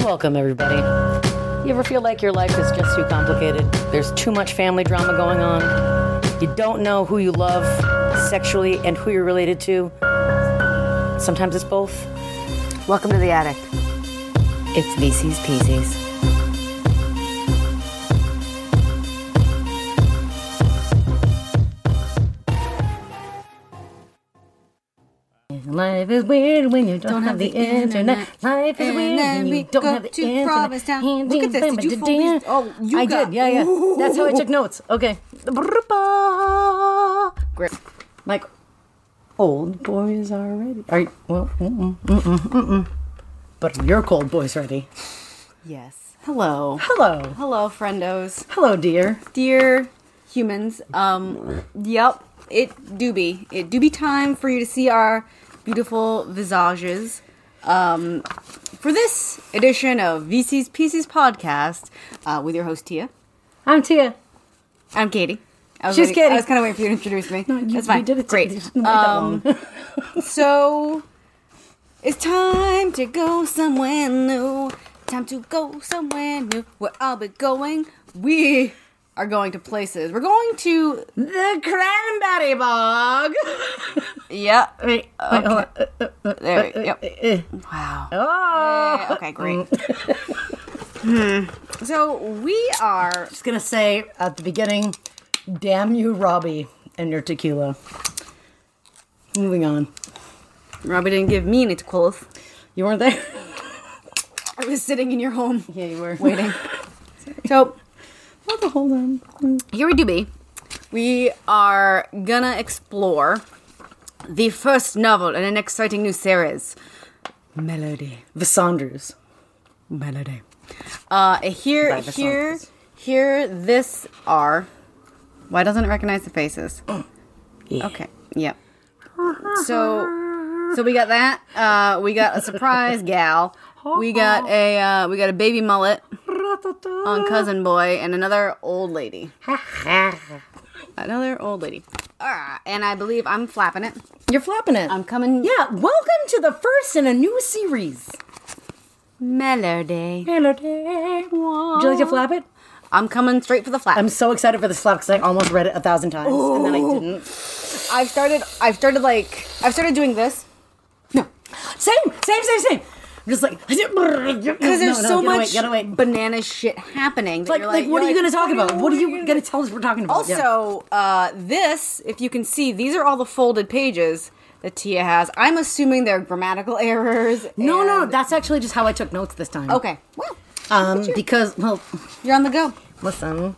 Welcome, everybody. You ever feel like your life is just too complicated? There's too much family drama going on. You don't know who you love sexually and who you're related to. Sometimes it's both. Welcome to the attic. It's VC's Peasies. Life is weird when you don't, have, the internet. Life is And weird then when you we don't go have the to internet. Provincetown. Handy Look at this. and Did you bam, fool me? da-da. Oh, you I got- did. Yeah, yeah. That's how I took notes. Okay. Great. Like, old boys are ready. Are you, well, mm-mm, mm-mm, mm-mm. But your cold boy's ready. Yes. Hello. Hello. Hello, friendos. Hello, dear. Dear humans. Um, yep. It do be. It do be time for you to see our beautiful visages. Um, for this edition of VC's Pieces podcast, uh, with your host Tia. I'm Tia. I'm Katie. I was She's waiting- Katie. I was kind of waiting for you to introduce me. You- That's fine. You did it. Great. Um, Just wait that long. So it's time to go somewhere new. Time to go somewhere new. Where I'll be going, we are going to places. We're going to the cranberry bog. yeah. Wait, wait, hold on. Uh, uh, uh, There. we- Yep. uh. Wow. Oh. Hey, okay, great. mm. Hmm. So we are. Just gonna say at the beginning, damn you, Robbie, and your tequila. Moving on. Robbie didn't give me any clothes. You weren't there. I was sitting in your home. Yeah, you were. waiting. so Oh, hold on. here we do be. We are gonna explore the first novel in an exciting new series, Melody. The Saunders. Melody. Uh, here, By the here, Saunders. here. This are. Why doesn't it recognize the faces? Yeah. Okay. Yep. So, so we got that. Uh, we got a surprise gal. We got a uh, we got a baby mullet Uh-huh. on cousin boy and another old lady. Another old lady. Ah, and I believe I'm flapping it. You're flapping it. I'm coming. yeah, welcome to the first in a new series. Melody. Hello, day. Would you like to flap it? I'm coming straight for the flap. I'm so excited for this flap because I almost read it a thousand times and then I didn't. I've started. I've started like. I've started doing this. Same, same, same, same. I'm just like because Because there's so much Gotta wait. But banana shit happening. that like, you're like, what are you're you gonna like, talk about? What are you gonna- gonna tell us? We're talking about Yeah. Also, uh, this, if you can see, these are all the folded pages that Tia has. I'm assuming they're grammatical errors. No, no, and- that's actually just how I took notes this time. okay. Well, Um, you. because well, you're on the go. listen,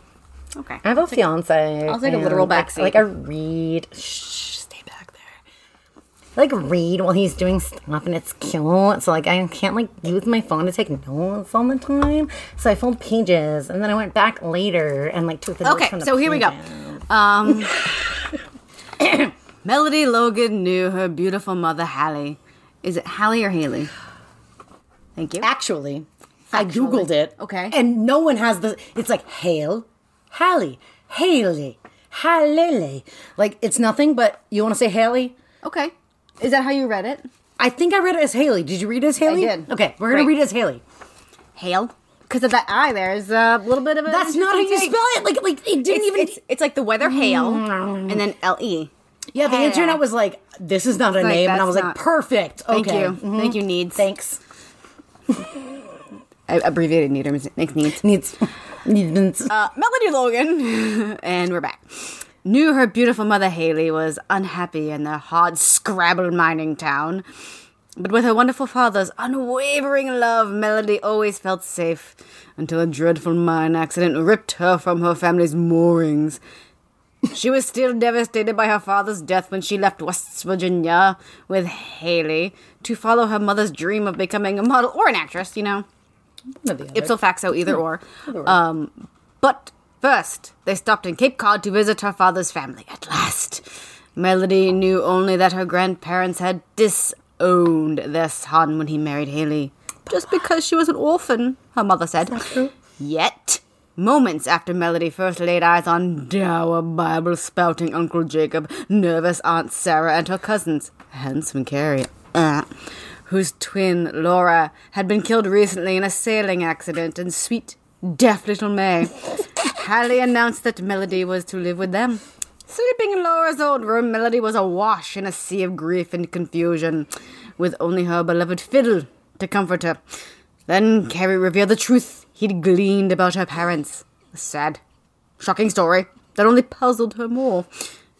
Okay. I have a fiance. I'll take a literal and, like- backseat. Like I read. Shh, stay back there. Like read while he's doing stuff, and it's cute. So like I can't like use my phone to take notes all the time. So I fold pages, and then I went back later and like took the notes from Okay, the so here we go. pages. Um, Melody Logan knew her beautiful mother, Hallie. Is it Hallie or Haley? Thank you. Actually, I googled it. Okay. And no one has the. It's like Hale, Hallie, Haley, Halele. Like it's nothing, but you want to say Haley? Okay. Is that how you read it? I think I read it as Haley. Did you read it as Haley? did. Okay, we're gonna Great. read it as Haley. Hale? Because of that eye, there's a little bit of a. E That's not how you spell it. Like like it didn't It's, even. it's, it's like the weather hail and then L E. yeah, the Hale. internet was like, this is not a like, name, and I that's was not- like, perfect. Thank okay. you. Mhm. Thank you, Needs. Thanks. I abbreviated Needs. Thanks, Needs. Needs. Needs. Uh, Melody Logan. and we're back. Knew her beautiful mother Haley was unhappy in the hard scrabble mining town. But with her wonderful father's unwavering love, Melody always felt safe until a dreadful mine accident ripped her from her family's moorings. She was still devastated by her father's death when she left West Virginia with Haley to follow her mother's dream of becoming a model or an actress, you know. One or the other. Ipso facto, either or. Um, but first, they stopped in Cape Cod to visit her father's family at last. Melody knew only that her grandparents had disowned their son when he married Haley. Just because she was an orphan, her mother said. Yet, moments after Melody first laid eyes on dour Bible spouting Uncle Jacob, nervous Aunt Sarah, and her cousins, handsome Carrie, uh, whose twin, Laura, had been killed recently in a sailing accident, and sweet, deaf little May. Hallie announced that Melody was to live with them. Sleeping in Laura's old room, Melody was awash in a sea of grief and confusion, with only her beloved fiddle to comfort her. Then Carrie revealed the truth he'd gleaned about her parents. A sad, shocking story that only puzzled her more.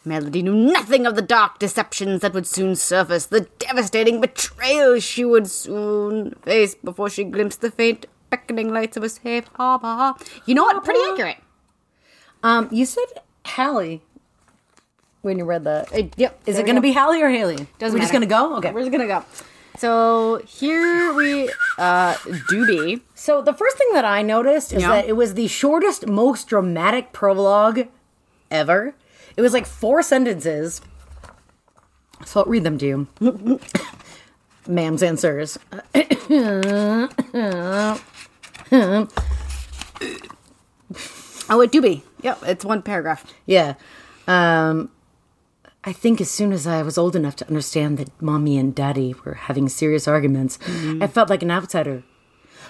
Melody knew nothing of the dark deceptions that would soon surface, the devastating betrayal she would soon face before she glimpsed the faint beckoning lights of a safe harbor. You know what? Pretty accurate. Um, you said Hallie when you read that. Uh, yep. Is there it we going go. to be Hallie or Haley? Doesn't We're just going matter. to go? Okay. We're just gonna go. So here we uh do be. So the first thing that I noticed is Yeah. that it was the shortest, most dramatic prologue ever. It was like four sentences. So I'll read them to you. Ma'ams and sirs. Oh, it do be. Yep, it's one paragraph. Yeah. Um, I think as soon as I was old enough to understand that mommy and daddy were having serious arguments, I felt like an outsider.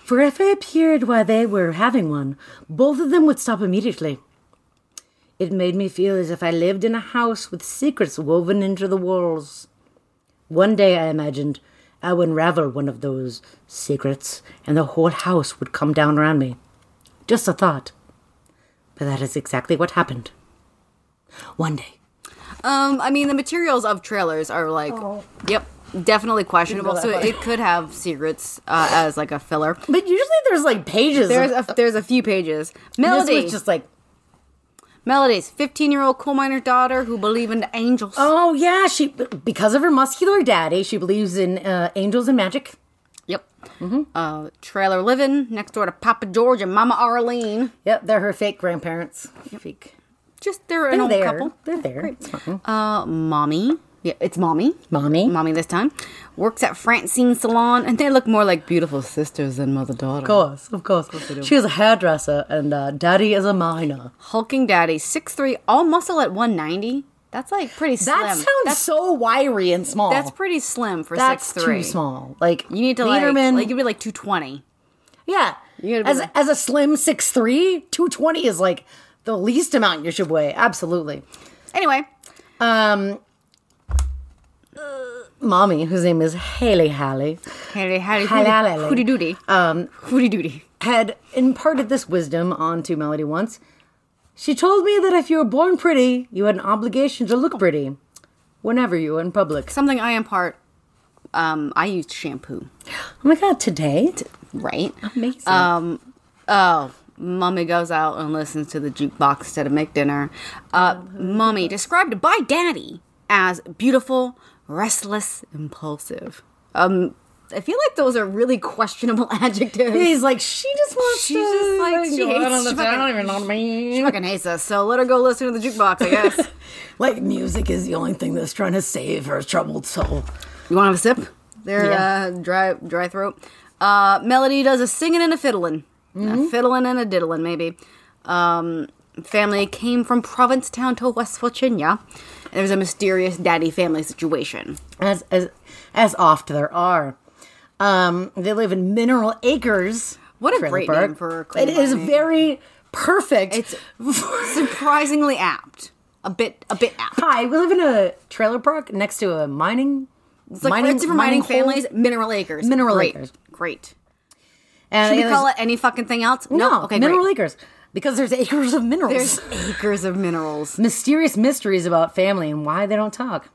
For if I appeared while they were having one, both of them would stop immediately. It made me feel as if I lived in a house with secrets woven into the walls. One day I imagined I would unravel one of those secrets, and the whole house would come down around me. Just a thought. But that is exactly what happened. One day. Um, I mean the materials of trailers are like, Oh. yep, definitely questionable. So it could have secrets uh, as like a filler. But usually there's like pages. There's of, a there's a few pages. this Melody, was just like, Melody's fifteen year old coal miner's daughter who believed in angels. oh yeah, she because of her muscular daddy, she believes in uh, angels and magic. Yep. Mm-hmm. Uh, trailer living next door to Papa George and Mama Arlene. Yep, they're her fake grandparents. Fake. Just they're an They're old there. couple. They're there. It's fine. Uh, mommy. Yeah, it's mommy. Mommy. Mommy this time. Works at Francine Salon, and they look more like beautiful sisters than mother daughter. Of course, of course. She is a hairdresser, and uh, daddy is a miner. Hulking daddy, 6'3, all muscle at 190. That's like pretty slim. That sounds so wiry and small. That's pretty slim for That's 6'3. too small. Like You need to like, Lederman. like, you'd be like 220. yeah. You gotta be As like- as a slim 6'3", 220 is like the least amount you should weigh. Absolutely. Anyway, Um, mommy, whose name is Haley Halley, Harry, Harry, Halalele. hooty doody. um, Hooty doody. had imparted this wisdom onto Melody once. She told me that if you were born pretty, you had an obligation to look pretty whenever you were in public. Something I impart, um, I used shampoo, Oh my god, today? right? Amazing. Um, oh, mommy goes out and listens to the jukebox instead of make dinner. Uh, mommy described by daddy as beautiful, restless, impulsive. Um, I feel like those are really questionable adjectives. He's like, she just wants She's to. just like, she go out hates- on the she town, fucking- even know what I mean. She fucking hates us, so let her go listen to the jukebox. I guess. Like, music is the only thing that's trying to save her troubled soul. you want to have a sip? They're Yeah. uh, dry, dry throat. Uh, Melody does a singing and a fiddling, Mm-hmm. a fiddling and a diddling, maybe. Um, family came from Provincetown to West Virginia. And there's a mysterious daddy family situation. as as as oft there are. Um, they live in Mineral Acres. What a trailer great park. name for a coal It is mine. very perfect. It's surprisingly apt, a bit, a bit apt. hi. We live in a trailer park next to a mining. It's like mining, for mining, hole. families, Mineral Acres, Mineral Great. Acres. Great. And Can we there's- call it any fucking thing else? no? Okay. Mineral great. Acres because there's acres of minerals. There's acres of minerals. mysterious mysteries about family and why they don't talk.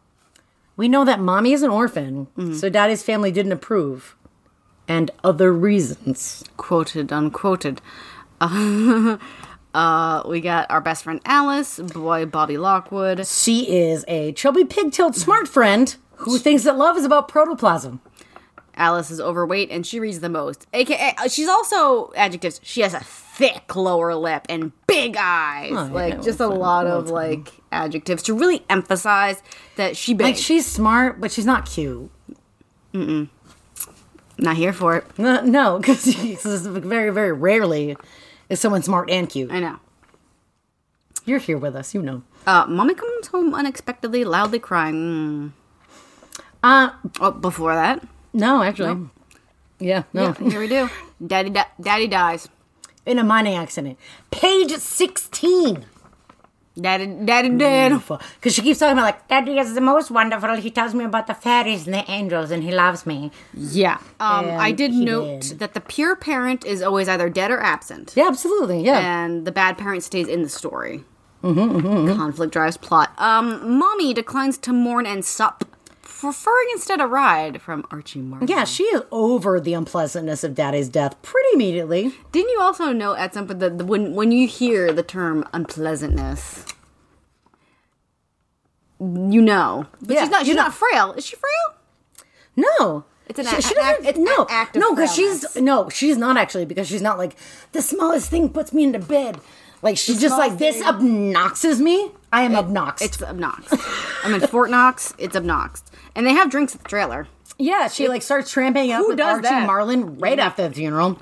We know that mommy is an orphan, Mm-hmm. so daddy's family didn't approve, and other reasons. quoted unquoted. Uh, uh, we got our best friend Alice, boy Bobby Lockwood. She is a chubby pigtailed smart friend who thinks that love is about protoplasm. Alice is overweight and she reads the most. AKA, uh, she's also adjectives. She has a thick lower lip and big eyes. yeah, like well, just a lot of like adjectives to really emphasize that she big. Like she's smart, but she's not cute. Not here for it. No, No, because very, very rarely is someone smart and cute. I know. You're here with us, you know. Uh, mommy comes home unexpectedly, loudly crying. Mm. Uh, Oh, before that, No, actually. Yeah, no. Yeah, here we do. Daddy, di- daddy dies. In a mining accident. Page 16. Daddy, daddy dead. Because she keeps talking about, like, Daddy is the most wonderful. He tells me about the fairies and the angels, and he loves me. Yeah. Um, I And did he note did. that the pure parent is always either dead or absent. Yeah, absolutely. Yeah. and the bad parent stays in the story. Mm-hmm, Conflict drives plot. Um, mommy declines to mourn and sup, preferring instead a ride from Archie Martin. Yeah, she is over the unpleasantness of Daddy's death pretty immediately. Didn't you also note at some point that the, when when you hear the term unpleasantness, you know, but Yeah, she's not. She's you know- not frail. Is she frail? No. It's an she, a- she an act- doesn't- it's no, an act of no, because frailness. she's no, she's not actually because she's not like the smallest thing puts me into bed. Like she's just like smallest this thing- obnoxes me. I am obnoxed. It's obnoxious. I mean, Fort Knox. It's obnoxious, and they have drinks at the trailer. Yeah, she like starts tramping up Who with does Archie that? Marlin right after the funeral.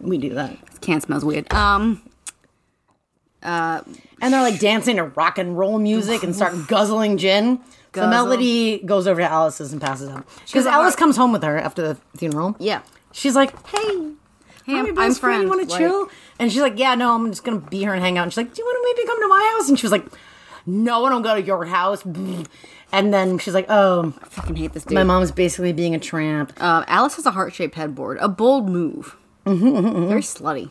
We do that, Can smells weird. Um, and they're like dancing to rock and roll music and start guzzling gin. The Guzzle. melody goes over to Alice's and passes out because a Alice heart- comes home with her after the funeral. yeah. She's like, "Hey, Hey, I'm I'm, your I'm best friend. friends. You want to like- chill?" And she's like, "Yeah, no, I'm just gonna be here and hang out." And she's like, "Do you want to maybe come to my house?" And she was like, "No, I don't go to your house." And then she's like, "Oh, I fucking hate this dude. my mom's basically being a tramp." Um, Alice has a heart shaped headboard. A bold move. Mm-hmm, Very slutty.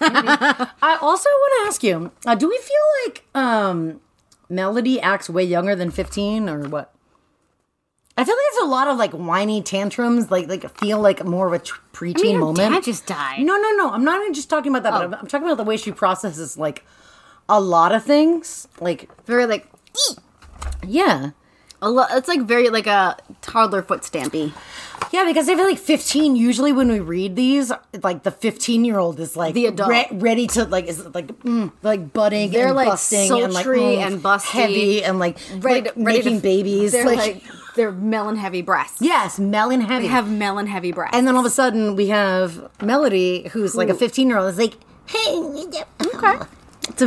I also want to ask you: uh, Do we feel like um, Melody acts way younger than fifteen, or what? I feel like it's a lot of like whiny tantrums, like like feel like more of a tr- preteen her moment. dad just died. No, no, no. I'm not even just talking about that. But I'm, I'm talking about the way she processes like a lot of things. Like Very like yeah, a lo- it's like very like a toddler foot stampy. yeah. Because I feel like fifteen. Usually when we read these, like the fifteen year old is like The adult. re- ready to like is like mm, like budding. They're, and like, busting and like sultry mm, and busty. heavy and like Ready, like, to, ready making to, babies. They're like, they're melon heavy breasts. yes, melon heavy. They have melon heavy breasts. and then all of a sudden we have Melody, who's like a fifteen year old, is like, hey, okay. it's a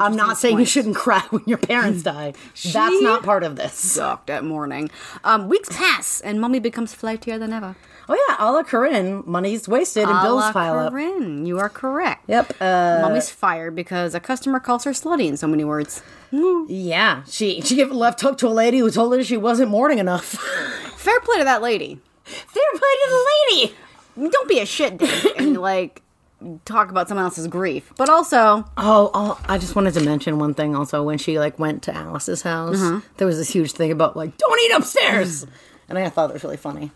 I'm not saying you shouldn't cry when your parents die. That's not part of this. Sucked that morning. Um, weeks pass and mommy becomes flightier than ever. Oh yeah, a la Corinne, money's wasted and A bills la Ah, pile up. Corinne, you are correct. Yep. Uh, Mommy's fired because a customer calls her slutty in so many words. yeah, she she gave a left hook to a lady who told her she wasn't mourning enough. Fair play to that lady. Fair play to the lady. don't be a shit dick and like talk about someone else's grief. But also, Oh, oh, I just wanted to mention one thing. Also, when she like went to Alice's house, there was this huge thing about like don't eat upstairs, and I thought that was really funny.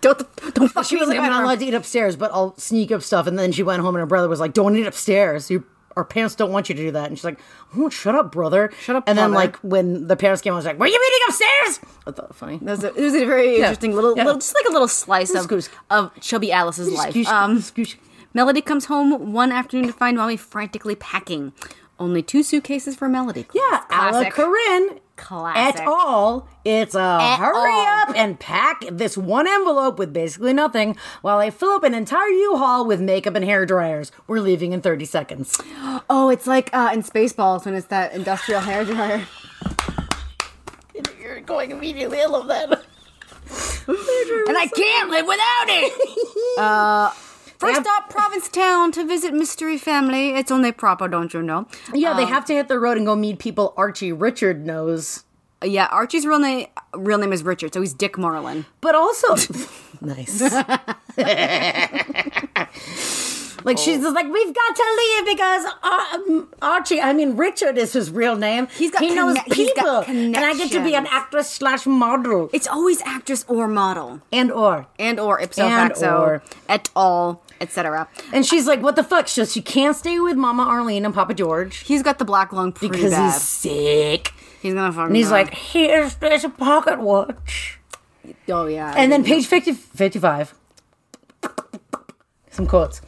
don't don't fuck She was like, I'm not allowed to eat upstairs, but I'll sneak up stuff. And then she went home, and her brother was like, "Don't eat upstairs. You, our parents don't want you to do that." And she's like, oh, "Shut up, brother. Shut up, And then brother. like when the parents came, I was like, "Were you eating upstairs?" I thought it was funny. It was a, it was a very interesting little, Yeah. little, just like a little slice of, Scoosh. of chubby Alice's life. Scoosh, Um, scoosh. Melody comes home one afternoon to find mommy frantically packing. Only two suitcases for Melody. Yeah, Ala Classic. Corinne. Classic. At all, it's a hurry all. up and pack this one envelope with basically nothing while I fill up an entire U-Haul with makeup and hair dryers. We're leaving in 30 seconds. Oh, it's like uh, in Spaceballs when it's that industrial hair dryer. You're going immediately. I love that. and I can't live without it. uh, first They up, Provincetown to visit mystery family. It's only proper, don't you know? Yeah, they have to hit the road and go meet people Archie Richard knows. Yeah, Archie's real name real name is Richard, so he's Dick Marlin. But also, nice. like she's just like, we've got to leave because Ar- um, Archie. I mean, Richard is his real name. He's got he knows conne- he's people, got and I get to be an connections. actress slash model It's always actress or model, and or. and or ipso And facto, or. et al, etc. And she's like, what the fuck? So she can't stay with Mama Arlene and Papa George He's got the black lung pretty because bad. he's sick. He's gonna fucking. And he's like, here's there's a pocket watch. oh yeah, And then page 50, 55. Some quotes.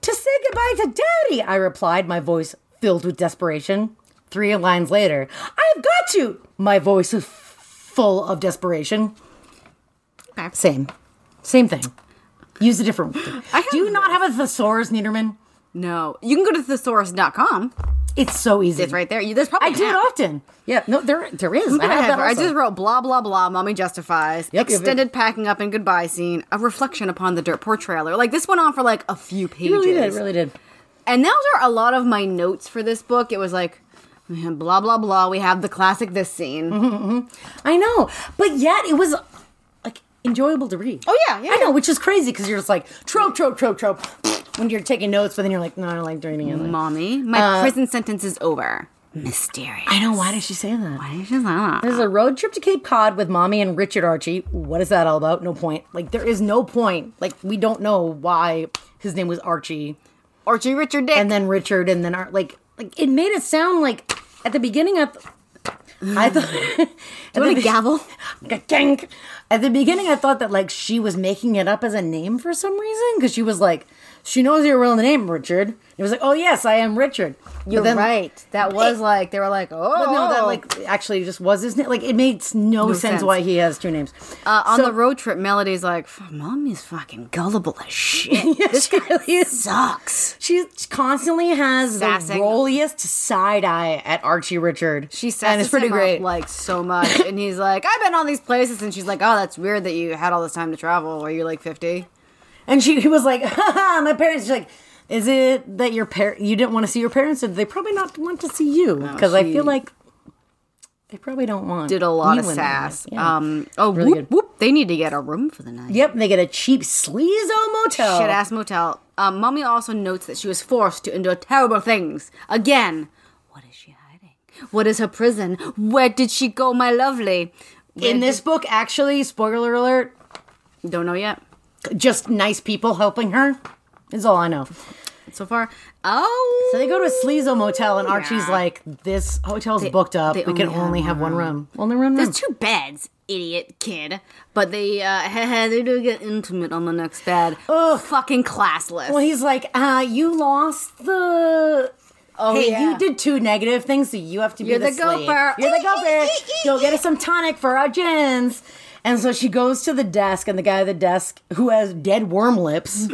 To say goodbye to daddy, I replied, my voice filled with desperation. Three lines later, I've got you! My voice is full of desperation. Okay. Same. Same thing. Use a different word. I have Do you not have a thesaurus, Niederman? no, you can go to thesaurus.com. It's so easy. It's right there. You- There's probably I do an it app. often. Yeah, no, there there is. I I, have that. I also. just wrote blah blah blah. Mommy justifies Yep, yep, extended packing up and goodbye scene. A reflection upon the dirt poor trailer. Like this went on for like a few pages. It really did. It really did. And those are a lot of my notes for this book. It was like, man, blah blah blah. We have the classic this scene. I know, but yet it was like enjoyable to read. Oh, yeah, yeah, I know, yeah. which is crazy because you're just like trope, trope, trope, trope. When you're taking notes, but then you're like, no, I don't like reading it. Mommy, my prison sentence is over. Mysterious. I know. Why did she say that? Uh, Why is she not? There's a road trip to Cape Cod with mommy and Richard Archie. What is that all about? No point. Like there is no point. Like we don't know why his name was Archie, Archie Richard Dick. and then Richard, and then Ar- like like it made it sound like at the beginning of. I thought. Do want a gavel? Gank. At the beginning, I thought that like she was making it up as a name for some reason because she was like, she knows your real name, Richard. And it was like, oh yes, I am Richard. But You're then- right. That was like they were like, oh But no, that like actually just was his name. Like it makes no, sense, sense. why he has two names. Uh, on So- the road trip, Melody's like, "F- "Mommy's fucking gullible as shit. Yeah, this she guy really is. sucks." She constantly has Sassing. the rolliest side eye at Archie Richard. She and sasses it's pretty him great. up, like so much, and he's like, "I've been all these places," and she's like, "Oh, that's weird that you had all this time to travel. Are you like 50? and she he was like, ha ha, my parents. She's like, is it that your par- you didn't want to see your parents, or did they probably not want to see you? Because I Oh, she feel like they probably don't want. Did a lot you of in their life. sass. Yeah. Um, oh, Really whoop, good. whoop. They need to get a room for the night. yep, they get a cheap sleazo motel. Shit ass motel. Um, mommy also notes that she was forced to endure terrible things. Again, what is she hiding? What is her prison? Where did she go, my lovely? Where in this book, actually, spoiler alert, did- don't know yet. just nice people helping her is all I know. So far, oh, So they go to a sleazo motel, and Archie's Yeah. like, "This hotel's booked up. they We can only have only have one room. Only one room." There's two beds, idiot kid. But they uh, they do get intimate on the next bed. Oh, fucking classless. Well, he's like, uh, you lost the. Oh, hey, yeah. you did two negative things, so you have to be You're the, the gopher. slave. You're the gopher. Go get us some tonic for our gins. And so she goes to the desk, and the guy at the desk who has dead worm lips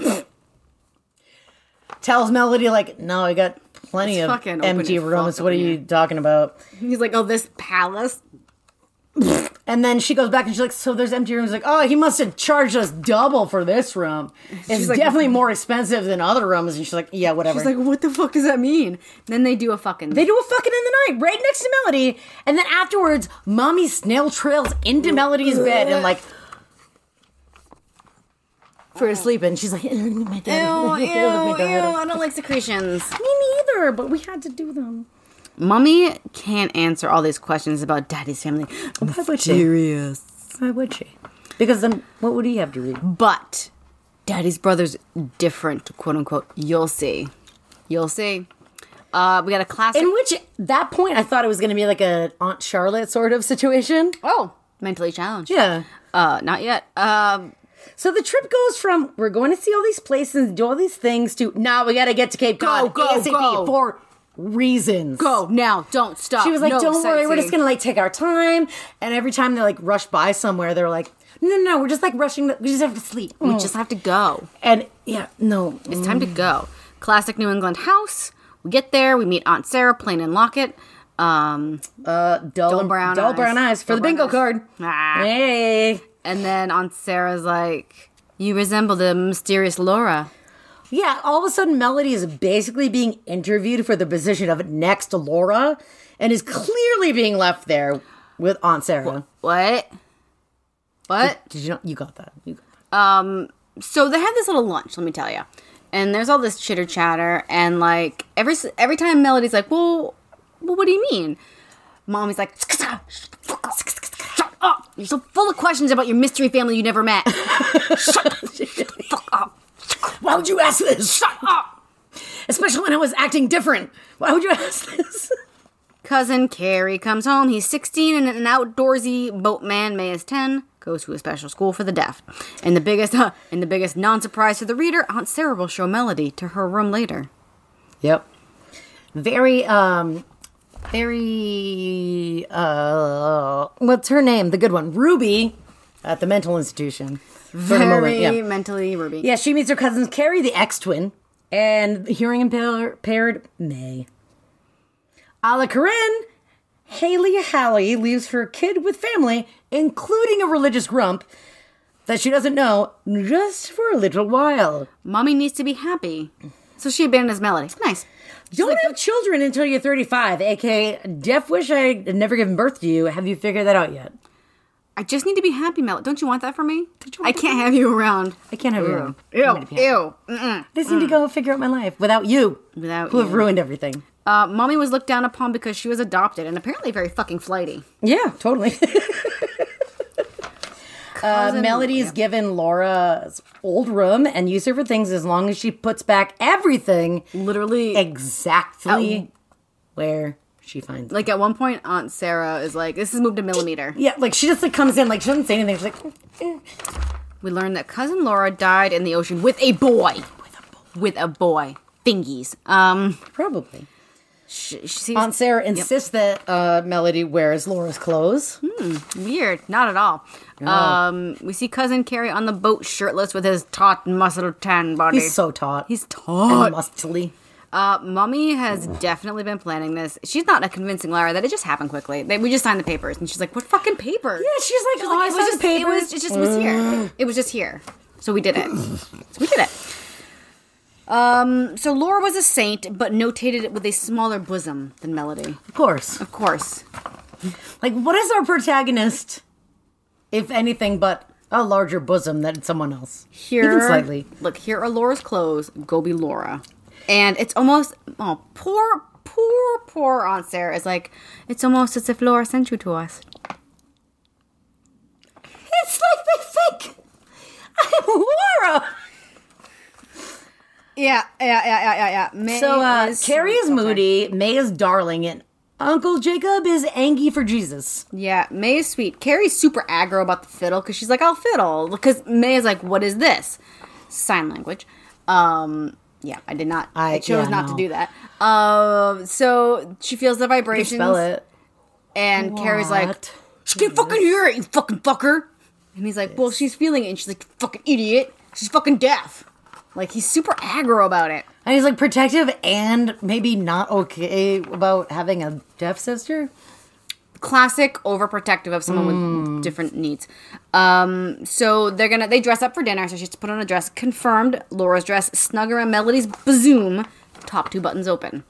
tells Melody, like, no, I got plenty It's of fucking empty open as rooms. fuck What are in you here." talking about? he's like, oh, this palace. And then she goes back and she's like, so there's empty rooms. Like, oh, he must have charged us double for this room. It's like- definitely more expensive than other rooms. And she's like, yeah, whatever. He's like, what the fuck does that mean? Then they do a fucking. They do a fucking in the night right next to Melody, and then afterwards, mommy snail trails into Melody's bed and like for a sleep, and she's like, "Ew, my ew, ew, God, ew, my God." I don't like secretions. Me neither, but we had to do them. Mommy can't answer all these questions about daddy's family. Why would she? Serious. Why would she? Because then, what would he have to read? But daddy's brother's different, quote unquote. You'll see. You'll see. Uh, we got a classic. In which that point, I thought it was going to be like a Aunt Charlotte sort of situation. oh, mentally challenged. Yeah. Uh, not yet. Um, So the trip goes from we're going to see all these places, do all these things, to now we got to get to Cape Cod go, ASAP go. for reasons. go now. Don't stop. She was like, No "Don't worry, we're sightseeing." just gonna like take our time." And every time they like rush by somewhere, they're like, "No, no, no, we're just like rushing. The- we just have to sleep." We just have to go. And yeah, no, It's time to go. Classic New England house. We get there. We meet Aunt Sarah, Plain and Lockett. Um, dull, dull brown dull eyes. brown eyes for Dull the brown bingo eyes. card. Ah. Hey, and then Aunt Sarah's like, "You resemble the mysterious Laura." yeah. All of a sudden, Melody is basically being interviewed for the position of next Laura, and is clearly being left there with Aunt Sarah. What? What? Did you know? You got that. You got that. Um, so they have this little lunch. Let me tell you. And there's all this chitter chatter, and like every s- every time Melody's like, "Well, well, what do you mean?" Mommy's like, "Shut up! You're so full of questions about your mystery family you never met. Shut the fuck up! Why would you ask this? Shut up!" Especially when I was acting different. Why would you ask this? Cousin Carrie comes home. He's 16 and an outdoorsy boatman. May is 10. Goes to a special school for the deaf. And the biggest and the biggest non-surprise to the reader, Aunt Sarah will show Melody to her room later. Yep. Very um very uh what's her name? The good one. Ruby at the mental institution. For the moment, Very yeah. mentally Ruby. Yeah, she meets her cousins Carrie, the ex twin, and hearing impaired May. A la Corinne, Haley Halley leaves her kid with family, including a religious grump that she doesn't know, just for a little while. Mommy needs to be happy. So she abandons Melody. Nice. Don't have children until you're 35, aka Jeff wish I had never given birth to you. Have you figured that out yet? I just need to be happy, Melody. Don't you want that for me? I can't have you around. I can't have you. Ew. Ew. Mm-mm. They seem to go figure out my life without you, Without who have you. ruined everything. Uh, mommy was looked down upon because she was adopted and apparently very fucking flighty. Yeah, totally. uh, Cousin- Melody's given Laura's old room and use her for things as long as she puts back everything Literally, exactly Oh. where she finds it. like at one point, Aunt Sarah is like, "This is moved a millimeter." Yeah, like she just like comes in, like she doesn't say anything. She's like, "Mm, We learned that cousin Laura died in the ocean with a boy, with a boy, thingies. Um, probably. she, she seems Aunt Sarah insists that uh, Melody wears Laura's clothes. Hmm. weird. Not at all. Oh. Um, we see cousin Carrie on the boat, shirtless, with his taut, muscle tan body. He's so taut. he's and taut. muscly. Uh, mommy has definitely been planning this. She's not a convincing liar that it just happened quickly. They, we just signed the papers, and she's like, "What fucking paper?" Yeah, she's like, oh, I it saw was the just papers. it was it just was here. It was just here. So we did it. So we did it. Um, so Laura was a saint, but notated it with a smaller bosom than Melody. of course. Of course. Like, what is our protagonist, if anything, but a larger bosom than someone else? Here Even slightly. Look, here are Laura's clothes. Go be Laura. And it's almost oh poor, poor, poor Aunt Sarah is like, it's almost as if Laura sent you to us. It's like they think I'm Laura. Yeah, yeah, yeah, yeah, yeah, yeah. May So uh, is- Carrie is okay. moody, May is darling, and Uncle Jacob is angy for Jesus. Yeah, May is sweet. Carrie's super aggro about the fiddle because she's like, I'll fiddle. Because May is like, what is this? Sign language. Um, yeah, I did not. I- I, chose yeah, not no. to do that. Um, so she feels the vibrations. Spell it. And Carrie's like, What she can't fucking hear it, you fucking fucker. And he's like, well, she's feeling it. And she's like, "You fucking idiot. She's fucking deaf. Like, he's super aggro about it. And he's like protective and maybe not okay about having a deaf sister. classic overprotective of someone with different needs. Um, so they're gonna they dress up for dinner. So she has to put on a dress. Confirmed. Laura's dress snug around Melody's bazoom. Top two buttons open.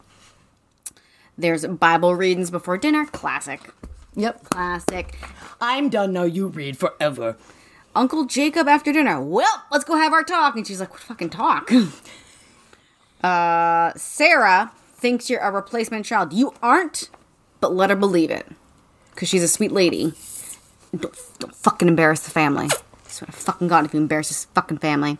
There's Bible readings before dinner. Classic. Yep. Classic. I'm done now. You read forever. Uncle Jacob after dinner. Well, let's go have our talk. And she's like, what fucking talk? uh, Sarah thinks you're a replacement child. You aren't, but let her believe it. Because she's a sweet lady. Don't, don't fucking embarrass the family. Swear to fucking God if you embarrass this fucking family.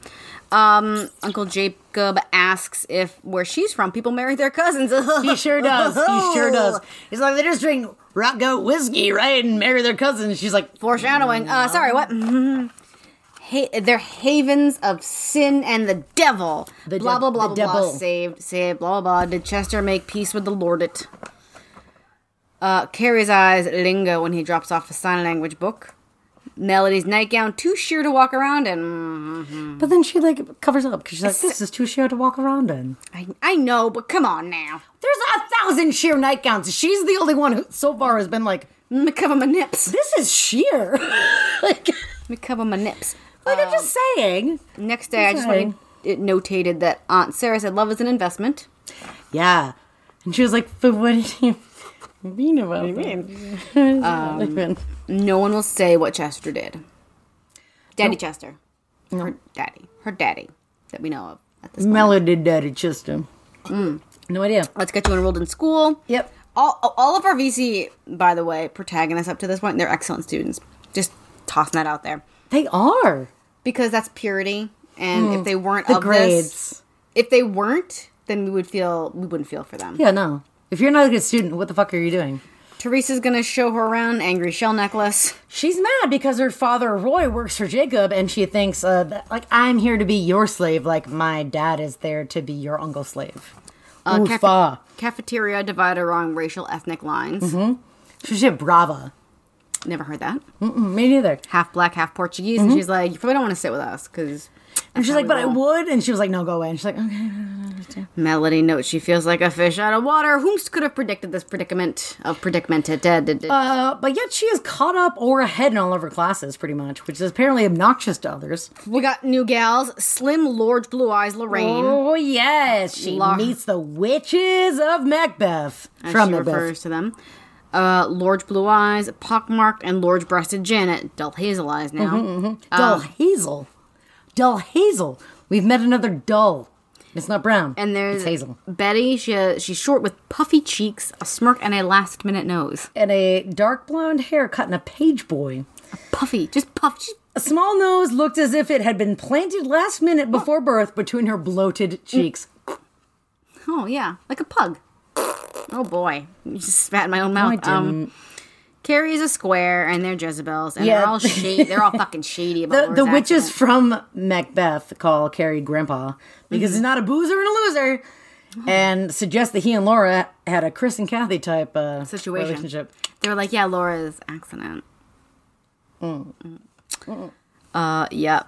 Um, Uncle Jacob asks if where she's from, people marry their cousins. He sure does. He sure does. He's like, they just drink rock goat whiskey, right? And marry their cousins. She's like, Foreshadowing. Uh, sorry, what? Ha- they're havens of sin and the devil. The blah, deb- blah, blah, the blah, blah. devil. Saved, saved, blah, blah, blah. Did Chester make peace with the Lord it? Uh, Carrie's eyes linger when he drops off a sign language book. Melody's nightgown too sheer to walk around in. But then she like covers up because she's like, this is too sheer to walk around in. I, I know, but come on now. There's a thousand sheer nightgowns. She's the only one who so far has been like, Let me cover my nips. this is sheer. like, Let me cover my nips. like I'm just saying. Next day, I just Okay. wanted it notated that Aunt Sarah said love is an investment. Yeah. And she was like, but what did you mean about what mean? Um, No one will say what Chester did. Daddy Chester. Her daddy. Her daddy that we know of at Mm. this point. Melody Daddy Chisholm. mm. No idea. Let's get you enrolled in school. Yep. All, all of our VC, by the way, protagonists up to this point, they're excellent students. Just tossing that out there. They are. Because that's purity. And if they weren't Mm. The of this, grades. if they weren't, then we would feel we wouldn't feel for them. Yeah, no. If you're not a good student, what the fuck are you doing? Teresa's gonna show her around angry shell necklace. She's mad because her father Roy works for Jacob, and she thinks, uh, that, like, I'm here to be your slave, like my dad is there to be your uncle's slave. Uh, Oofa. cafe- cafeteria divided along racial ethnic lines. Mm-hmm. She said Brava. Never heard that. Mm, Me neither. half black, half Portuguese, and she's like, "You probably don't want to sit with us because Mm-hmm. And she's like, but probably I will. would. And she was like, no, go away. And she's like, okay. Melody notes she feels like a fish out of water. Whomst could have predicted this predicament of predicamented. Uh, but yet she is caught up or ahead in all of her classes, pretty much, which is apparently obnoxious to others. we got new gals, slim, large, blue eyes, Lorraine. Oh, yes. She Lar- meets the witches of Macbeth as from she Macbeth. refers to them. Uh, large blue eyes, pockmarked, and large breasted Janet, dull hazel eyes Mm-hmm, now. Dull Um, Hazel. Dull Hazel. We've met another dull. It's not brown. And there's it's Hazel. Betty. She uh, she's short with puffy cheeks, a smirk, and a last minute nose. And a dark blonde hair cut in a page boy. Puffy, just puff. Just, A small nose looked as if it had been planted last minute before birth between her bloated cheeks. Mm. oh yeah, like a pug. Oh boy, you just spat in my own mouth. I Um, Carrie is a square, and they're Jezebels, and they're Yeah. all shady. They're all fucking shady about The, Laura's the witches accident. from Macbeth call Carrie Grandpa because Mm-hmm. he's not a boozer and a loser Oh. and suggest that he and Laura had a Chris and Kathy type uh, Situation. relationship. They were like, yeah, Laura's accident. Mm. Uh, yeah.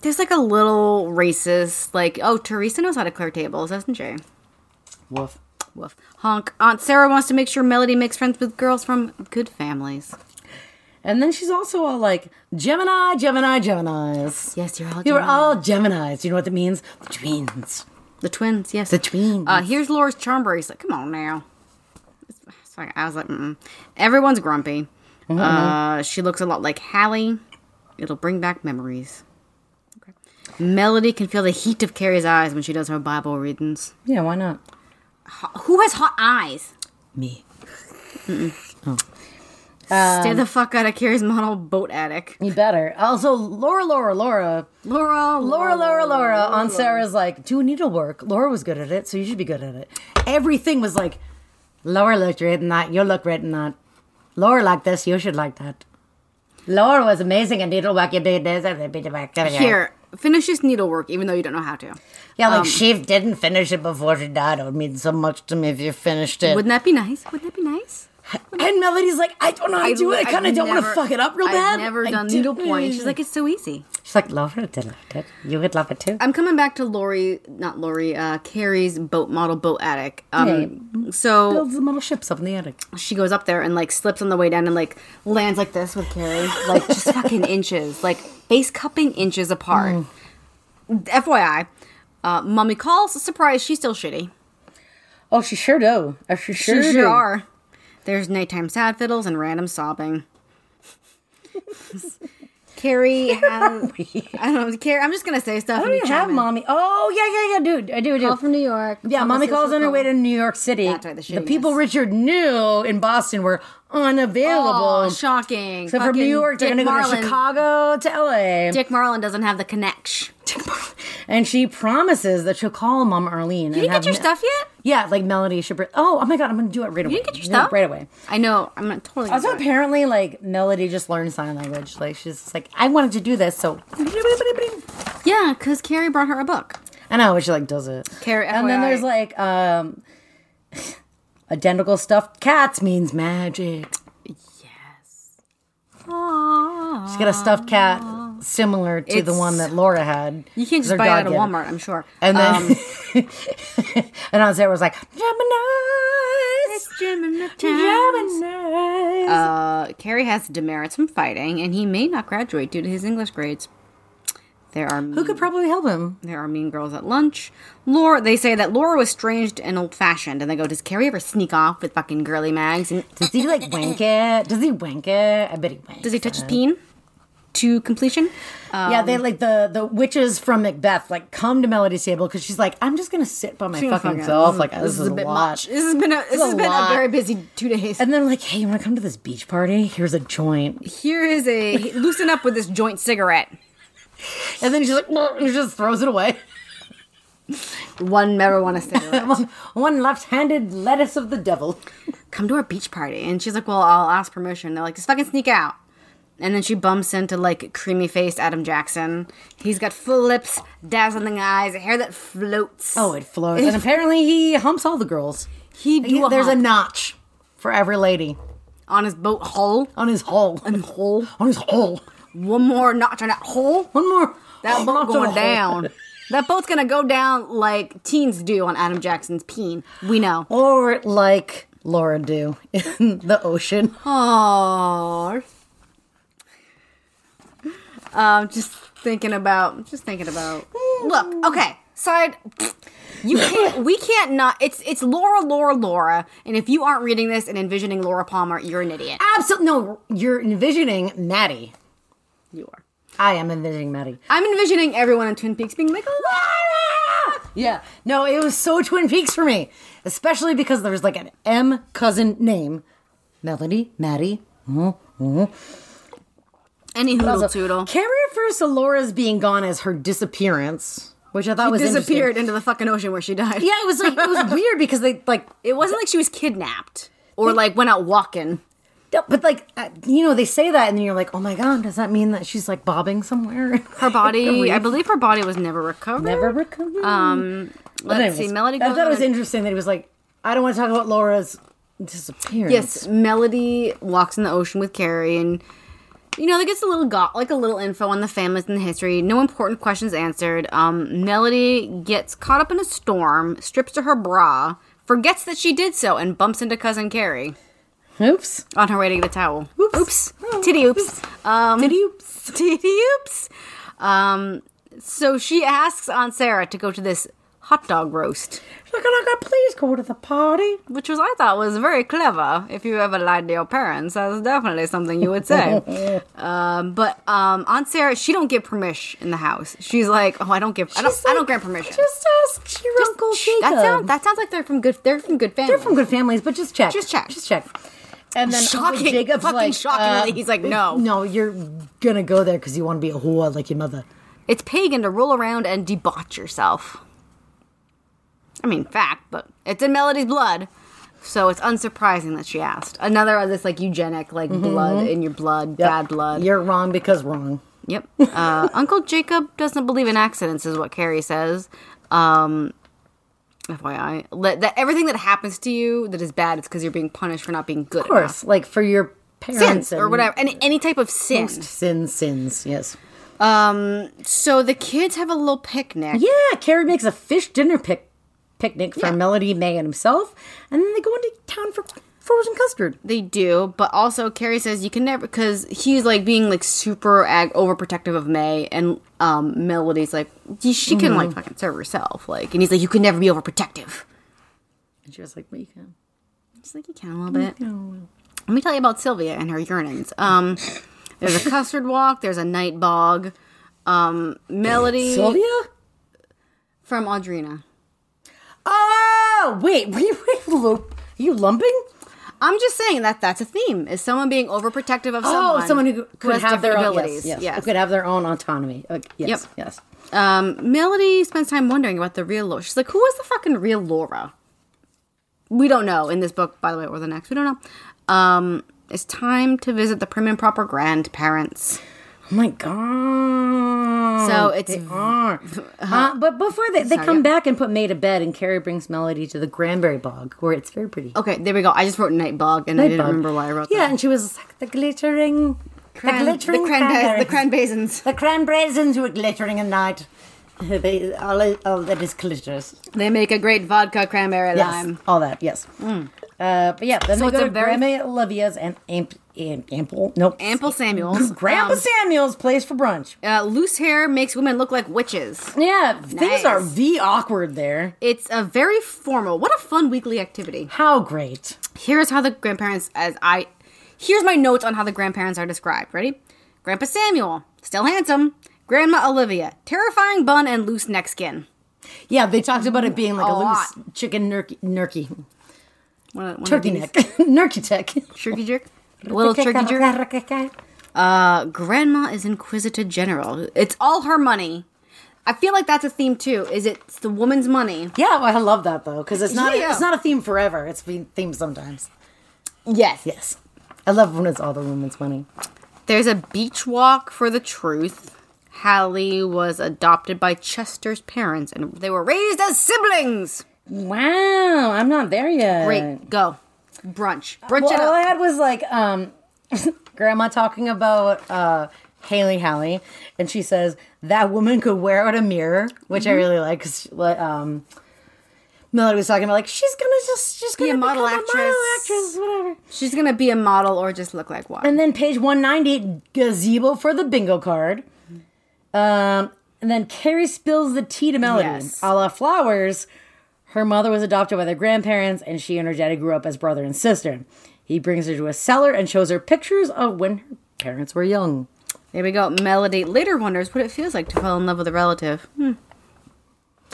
There's like a little racist, like, oh, Teresa knows how to clear tables, doesn't she? Woof. Woof. Honk. Aunt Sarah wants to make sure Melody makes friends with girls from good families. And then she's also all like, Gemini, Gemini, Geminis. Yes, you're all, You were Gemini. all Geminis. You know what that means? Twins. the twins. Yes, The twins. Uh, here's Laura's charm bracelet. Come on now. So I- I was like, Mm-mm. everyone's grumpy. Mm-hmm. Uh, she looks a lot like Hallie. It'll bring back memories. Okay. Melody can feel the heat of Carrie's eyes when she does her Bible readings. yeah, why not? Who has hot eyes? Me. Stay Um, the fuck out of Carrie's model boat attic. You better. Also, Laura, Laura, Laura. Laura, Laura, Laura, Laura. Aunt Sarah's like, do needlework. Laura was good at it, so you should be good at it. Everything was like, Laura looked great in that. You look great in that. Laura liked this. You should like that. Laura was amazing at needlework. You did this. And did back. Here, finish this needlework even though you don't know how to. Yeah, like she didn't finish it before she died. It would mean so much to me if you finished it. Wouldn't that be nice? Wouldn't that be nice? and Melody's like, I don't know how to do it. I kind of I've don't want to never- fuck it up real bad. I've never I done didn't- needlepoint. She's like, it's so easy. she's like, Laura did like it. You would love it too. I'm coming back to Lori, not Lori, uh, Carrie's boat model boat attic. Um, Hey. So Builds the model ships up in the attic. she goes up there and like slips on the way down and like lands like this with Carrie, like just fucking inches, like face cupping inches apart. Mm. FYI, uh, mommy calls. Surprise, she's still shitty. Oh, she sure do. Oh, she sure, She do. sure are. There's nighttime sad fiddles and random sobbing. Carrie has. I don't know. Carrie, I'm just gonna say stuff. I don't even have mommy. Oh, yeah, yeah, yeah, dude. I do, I do. Call from New York. yeah, Call mommy the calls on her social way to New York City. That's right, the shittiness. people Richard knew in Boston were unavailable. Oh, shocking. Except from New Fucking York, they're going Dick to go to Marlin. Chicago to LA. Dick Marlin doesn't have the connection. and she promises that she'll call Mom Arlene. Did you get your stuff yet? Yeah, like Melody should. bring- Oh, oh my God, I'm going to do it right away. You didn't get your I'm gonna do stuff it Right away. I know. I'm not totally. Also, gonna do it. apparently, like Melody just learned sign language. Like she's just like, I wanted to do this, so yeah, because Carrie brought her a book. I know how she like does it. Carrie, and then FYI. there's like um identical stuffed cats means magic. Aww. She's got a stuffed cat similar to the It's- one that Laura had. You can't just Their buy it dog out of did Walmart. I'm sure. And then Um, and on there was like Gemini's Gemini times. Gemini's uh, Carrie has demerits from fighting, and he may not graduate due to his English grades. There are Who could probably help him? There are mean girls at lunch. Laura, they say that Laura was strange and old fashioned, and they go, "Does Carrie ever sneak off with fucking girly mags?" And Does he like wank it? Does he wank it? I bet he wanks. does he touch his peen to completion? yeah, um, they like the the witches from Macbeth like come to Melody's table because she's like, I'm just gonna sit by my She fucking fucking- self. Like this, is, a a, bit lot. much. This has been a this a has been lot. a very busy two days. And they're like, hey, you want to come to this beach party? Here's a joint. Here is a loosen up with this joint cigarette. And then she's like, "No," and she just throws it away. One marijuana cigarette. one, one left-handed lettuce of the devil. Come to our beach party, and she's like, "Well, I'll ask permission." They're like, "Just fucking sneak out." And then she bumps into like creamy faced Adam Jackson. He's got full lips, dazzling eyes, hair that floats. Oh, it flows. And apparently he humps all the girls. He do a there's hump a notch for every lady on his boat hull. on his hull. And hull. On his hull. one more notch on that hole. One more. Oh, That boat notch on going the hole. down. That boat's gonna go down like teens do on Adam Jackson's peen. We know. Or like Laura do in the ocean. Aww. Um, just thinking about, just thinking about. Look, okay, side. You can't. We can't not. It's it's Laura, Laura, Laura. And if you aren't reading this and envisioning Laura Palmer, you're an idiot. Absolutely. No, you're envisioning Maddie. You are. I am envisioning Maddie. I'm envisioning everyone in Twin Peaks being like Laura. Yeah. No, it was so Twin Peaks for me, especially because there was like an M cousin name, Melody, Maddie. Any hoodle Also, toodle. Carrie refers to Laura's being gone as her disappearance, which I thought was interesting. Disappeared into the fucking ocean where she died. Yeah, it was like it was weird because they like It wasn't like she was kidnapped or like went out walking. No, but like uh, you know, they say that, and then you're like, oh my god, does that mean that she's like bobbing somewhere? Her body, I believe, her body was never recovered. never recovered. Um, let's see. Melody. I goes thought it on was and- interesting that he was like, I don't want to talk about Laura's disappearance. Yes, Melody walks in the ocean with Carrie, and you know, there gets a little got like a little info on the families and the history. No important questions answered. Um, Melody gets caught up in a storm, strips to her bra, forgets that she did so, and bumps into cousin Carrie Oops. on her way to get a towel. Oops, oops, Oh, titty oops, um, Did you? titty oops. Um, so she asks Aunt Sarah to go to this hot dog roast. Like, I'm not gonna please go to the party. which was I thought was very clever. If you ever lied to your parents, that's definitely something you would say. um, but um, Aunt Sarah, she don't get permission in the house. She's like, oh, I don't give, I don't, She's I don't like, grant permission. Just ask your uncle Shh, Jacob. that sounds that sounds like they're from good they're from good family. They're from good families, but just check. Just check. Just check. And then Shocking. Uncle Jacob's Fucking like, shocking uh, that he's like, no. no, you're gonna go there because you want to be a whore like your mother. It's pagan to roll around and debauch yourself. I mean, fact, but it's in Melody's blood. So it's unsurprising that she asked. Another of this like eugenic, like Mm-hmm, blood in your blood, bad blood. You're wrong because wrong. Yep. Uh, Uncle Jacob doesn't believe in accidents, is what Carrie says. Um, FYI, Let, that everything that happens to you that is bad, it's because you're being punished for not being good. Of course, like for your parents enough. sins and or whatever, any any type of sin. Sins, sins, yes. Um, so the kids have a little picnic. Yeah, Carrie makes a fish dinner pic- picnic for Yeah. Melody, May, and himself, and then they go into town for frozen custard. They do, but also Carrie says you can never because he's like being like super ag- overprotective of May, and um, Melody's like she she Mm-hmm. can like fucking serve herself, like, and he's like you can never be overprotective. And she was like, "Well, you can." Just like you can a little bit. Mm-hmm. Let me tell you about Sylvia and her yearnings. Um, there's a custard walk. There's a night bog. Um, Melody Sylvia. from Audrina. Oh wait, were you were you lump- are you lumping? I'm just saying that that's a theme: is someone being overprotective of someone. oh, someone who could has have their different own abilities. abilities. Yes, yes, Yes. Who could have their own autonomy. Okay, yes, Yep. yes. Um, Melody spends time wondering about the real Laura. She's like, who is the fucking real Laura? We don't know in this book, by the way, or the next. We don't know. Um, it's time to visit the prim and proper grandparents. Oh my god. So it's- they are. Uh, but before they, they come back and put May to bed, and Carrie brings Melody to the cranberry bog, where it's very pretty. Okay, there we go. I just wrote night bog, and I didn't remember why I wrote Yeah, that. and she was like the glittering, Cran- the glittering cran- cranberries, the cran basins. the cranberries who are glittering at night. They, all, all that is glitters. They make a great vodka cranberry Yes, lime. all that. Yes. Uh, but yeah, then So they it's go a to very- Grandma Olivia's and Amp, Amp, Ample. Nope. Ample Samuels. Grandpa Um, Samuel's place for brunch. uh, loose hair makes women look like witches. Yeah, Nice. things are the awkward there. It's a very formal. What a fun weekly activity. How great. Here's how the grandparents, as I, here's my notes on how the grandparents are described. Ready? Grandpa Samuel, still handsome. Grandma Olivia, terrifying bun and loose neck skin. Yeah, they talked about it being like a, A loose chicken nurky, nurky One of- one of turkey these- neck, nurky tech. Turkey jerk. A little turkey jerk. Uh, grandma is inquisitor general. It's all her money. I feel like that's a theme too. Is it's the woman's money? Yeah, well, I love that though because it's not Yeah, yeah. it's not a theme forever. It's a theme sometimes. Yes. Yes, I love when it's all the woman's money. There's a beach walk for the truth. Hallie was adopted by Chester's parents, and they were raised as siblings. Wow, I'm not there yet. Great. Go. Brunch. Brunch Well, it all I up. had was like um, grandma talking about uh, Haley Haley, and she says that woman could wear out a mirror, which Mm-hmm. I really like. 'cause, like, um, Melody was talking about like she's gonna just she's gonna a model become a model actress. actress, whatever. She's gonna be a model or just look like one. And then page 190, gazebo for the bingo card. Um, and then Carrie spills the tea to Melody. Yes. A la Flowers, her mother was adopted by their grandparents, and she and her daddy grew up as brother and sister. He brings her to a cellar and shows her pictures of when her parents were young. There we go. Melody later wonders what it feels like to fall in love with a relative. Hmm.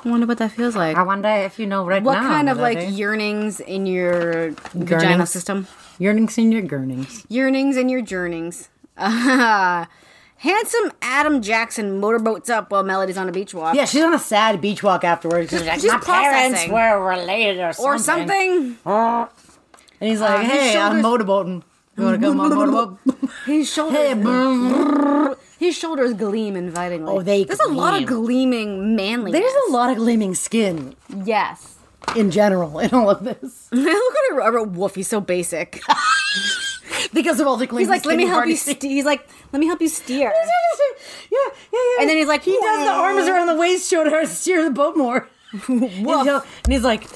I wonder what that feels like. wonder if you know right What kind of like yearnings in your vagina Yearnings? system? yearnings in your gurnings. Yearnings and your journings. Handsome Adam Jackson motorboats up while Melody's on a beach walk. Yeah, she's on a sad beach walk afterwards. She's like, She's my parents processing. were related or something. Uh, Or something. And he's like, his hey, I'm shoulders- motorboating. You want to come on motorboat? His shoulders. Hey, brr. His shoulders gleam invitingly. Oh, they There's a lot of gleaming manliness. There's a lot of gleaming skin Yes. in general in all of this Look what I wrote. I wrote. Wolf. He's so basic. because of all the gleaming. He's like, let skin me you've help already you. seen." Ste- he's like, let me help you steer. yeah, yeah, yeah. And then he's like, he does the arms around the waist, showed her to steer the boat more. and, he'll- and he's like,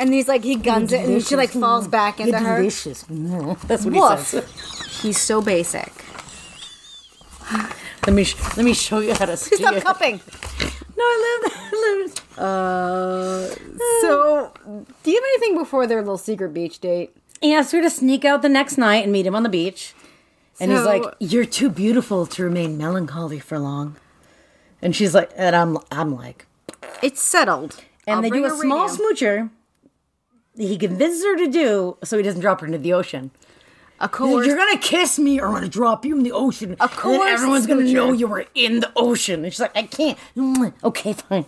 And he's like, he guns it, and she like falls back into "You're her. delicious. Mm. That's what Woof. he says. He's so basic. Let me sh- let me show you how to steer. Stop cupping. No, I live. I live. Uh, so, do you have anything before their little secret beach date? He asks her to sneak out the next night and meet him on the beach. And he's So- like, "You're too beautiful to remain melancholy for long." And she's like, and I'm I'm like, It's settled. and I'll they do bring a her small radio. smoocher that he convinces her to do so he doesn't drop her into the ocean. a He's like, coerced You're gonna kiss me or I'm gonna drop you in the ocean. and then coerced everyone's gonna know smoocher. you were in the ocean. And she's like, I can't. Mm, Okay, fine.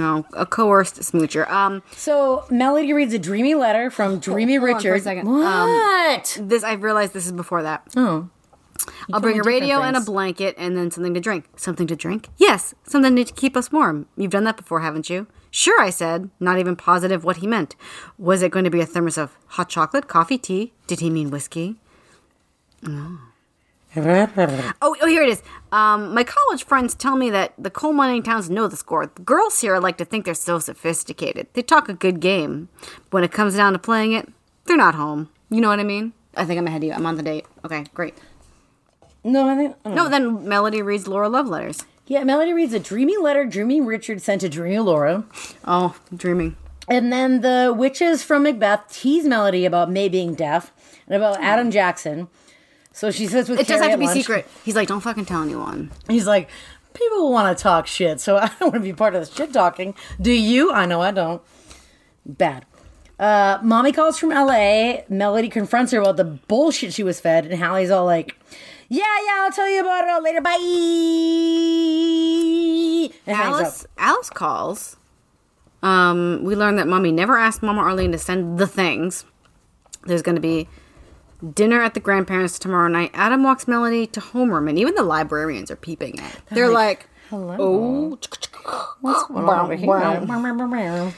no, a coerced smoocher. Um, So Melody reads a dreamy letter from Dreamy hold on for a Richard. second. What? this I realized this is before that. oh. I'll bring a told me different radio and a things. blanket, and then something to drink. Something to drink? Yes, something to keep us warm. You've done that before, haven't you? Sure, I said, not even positive what he meant. Was it going to be a thermos of hot chocolate, coffee, tea? Did he mean whiskey? Oh, oh, here it is. Um, my college friends tell me that the coal mining towns know the score. The girls here like to think they're so sophisticated. They talk a good game. But when it comes down to playing it, they're not home. You know what I mean? I think I'm ahead of you. I'm on the date. Okay, great. no, I think. No, Oh, then Melody reads Laura love letters. Yeah, Melody reads a dreamy letter Dreamy Richard sent to Dreamy Laura. Oh, dreaming. And then the witches from Macbeth tease Melody about May being deaf and about Adam Jackson. So she sits with Hmm. It does Carrie have to at be lunch. secret. He's like, don't fucking tell anyone. He's like, people want to talk shit, so I don't want to be part of this shit talking. Do you? I know I don't. Bad. Uh, mommy calls from LA. Melody confronts her about the bullshit she was fed, and Hallie's all like, yeah, yeah, I'll tell you about it all later. Bye. And hangs up. Alice, Alice calls. Um, we learn that mommy never asked Mama Arlene to send the things. There's going to be dinner at the grandparents tomorrow night. Adam walks Melody to homeroom, and even the librarians are peeping it. They're, like, "Hello." Oh, what's going on over here?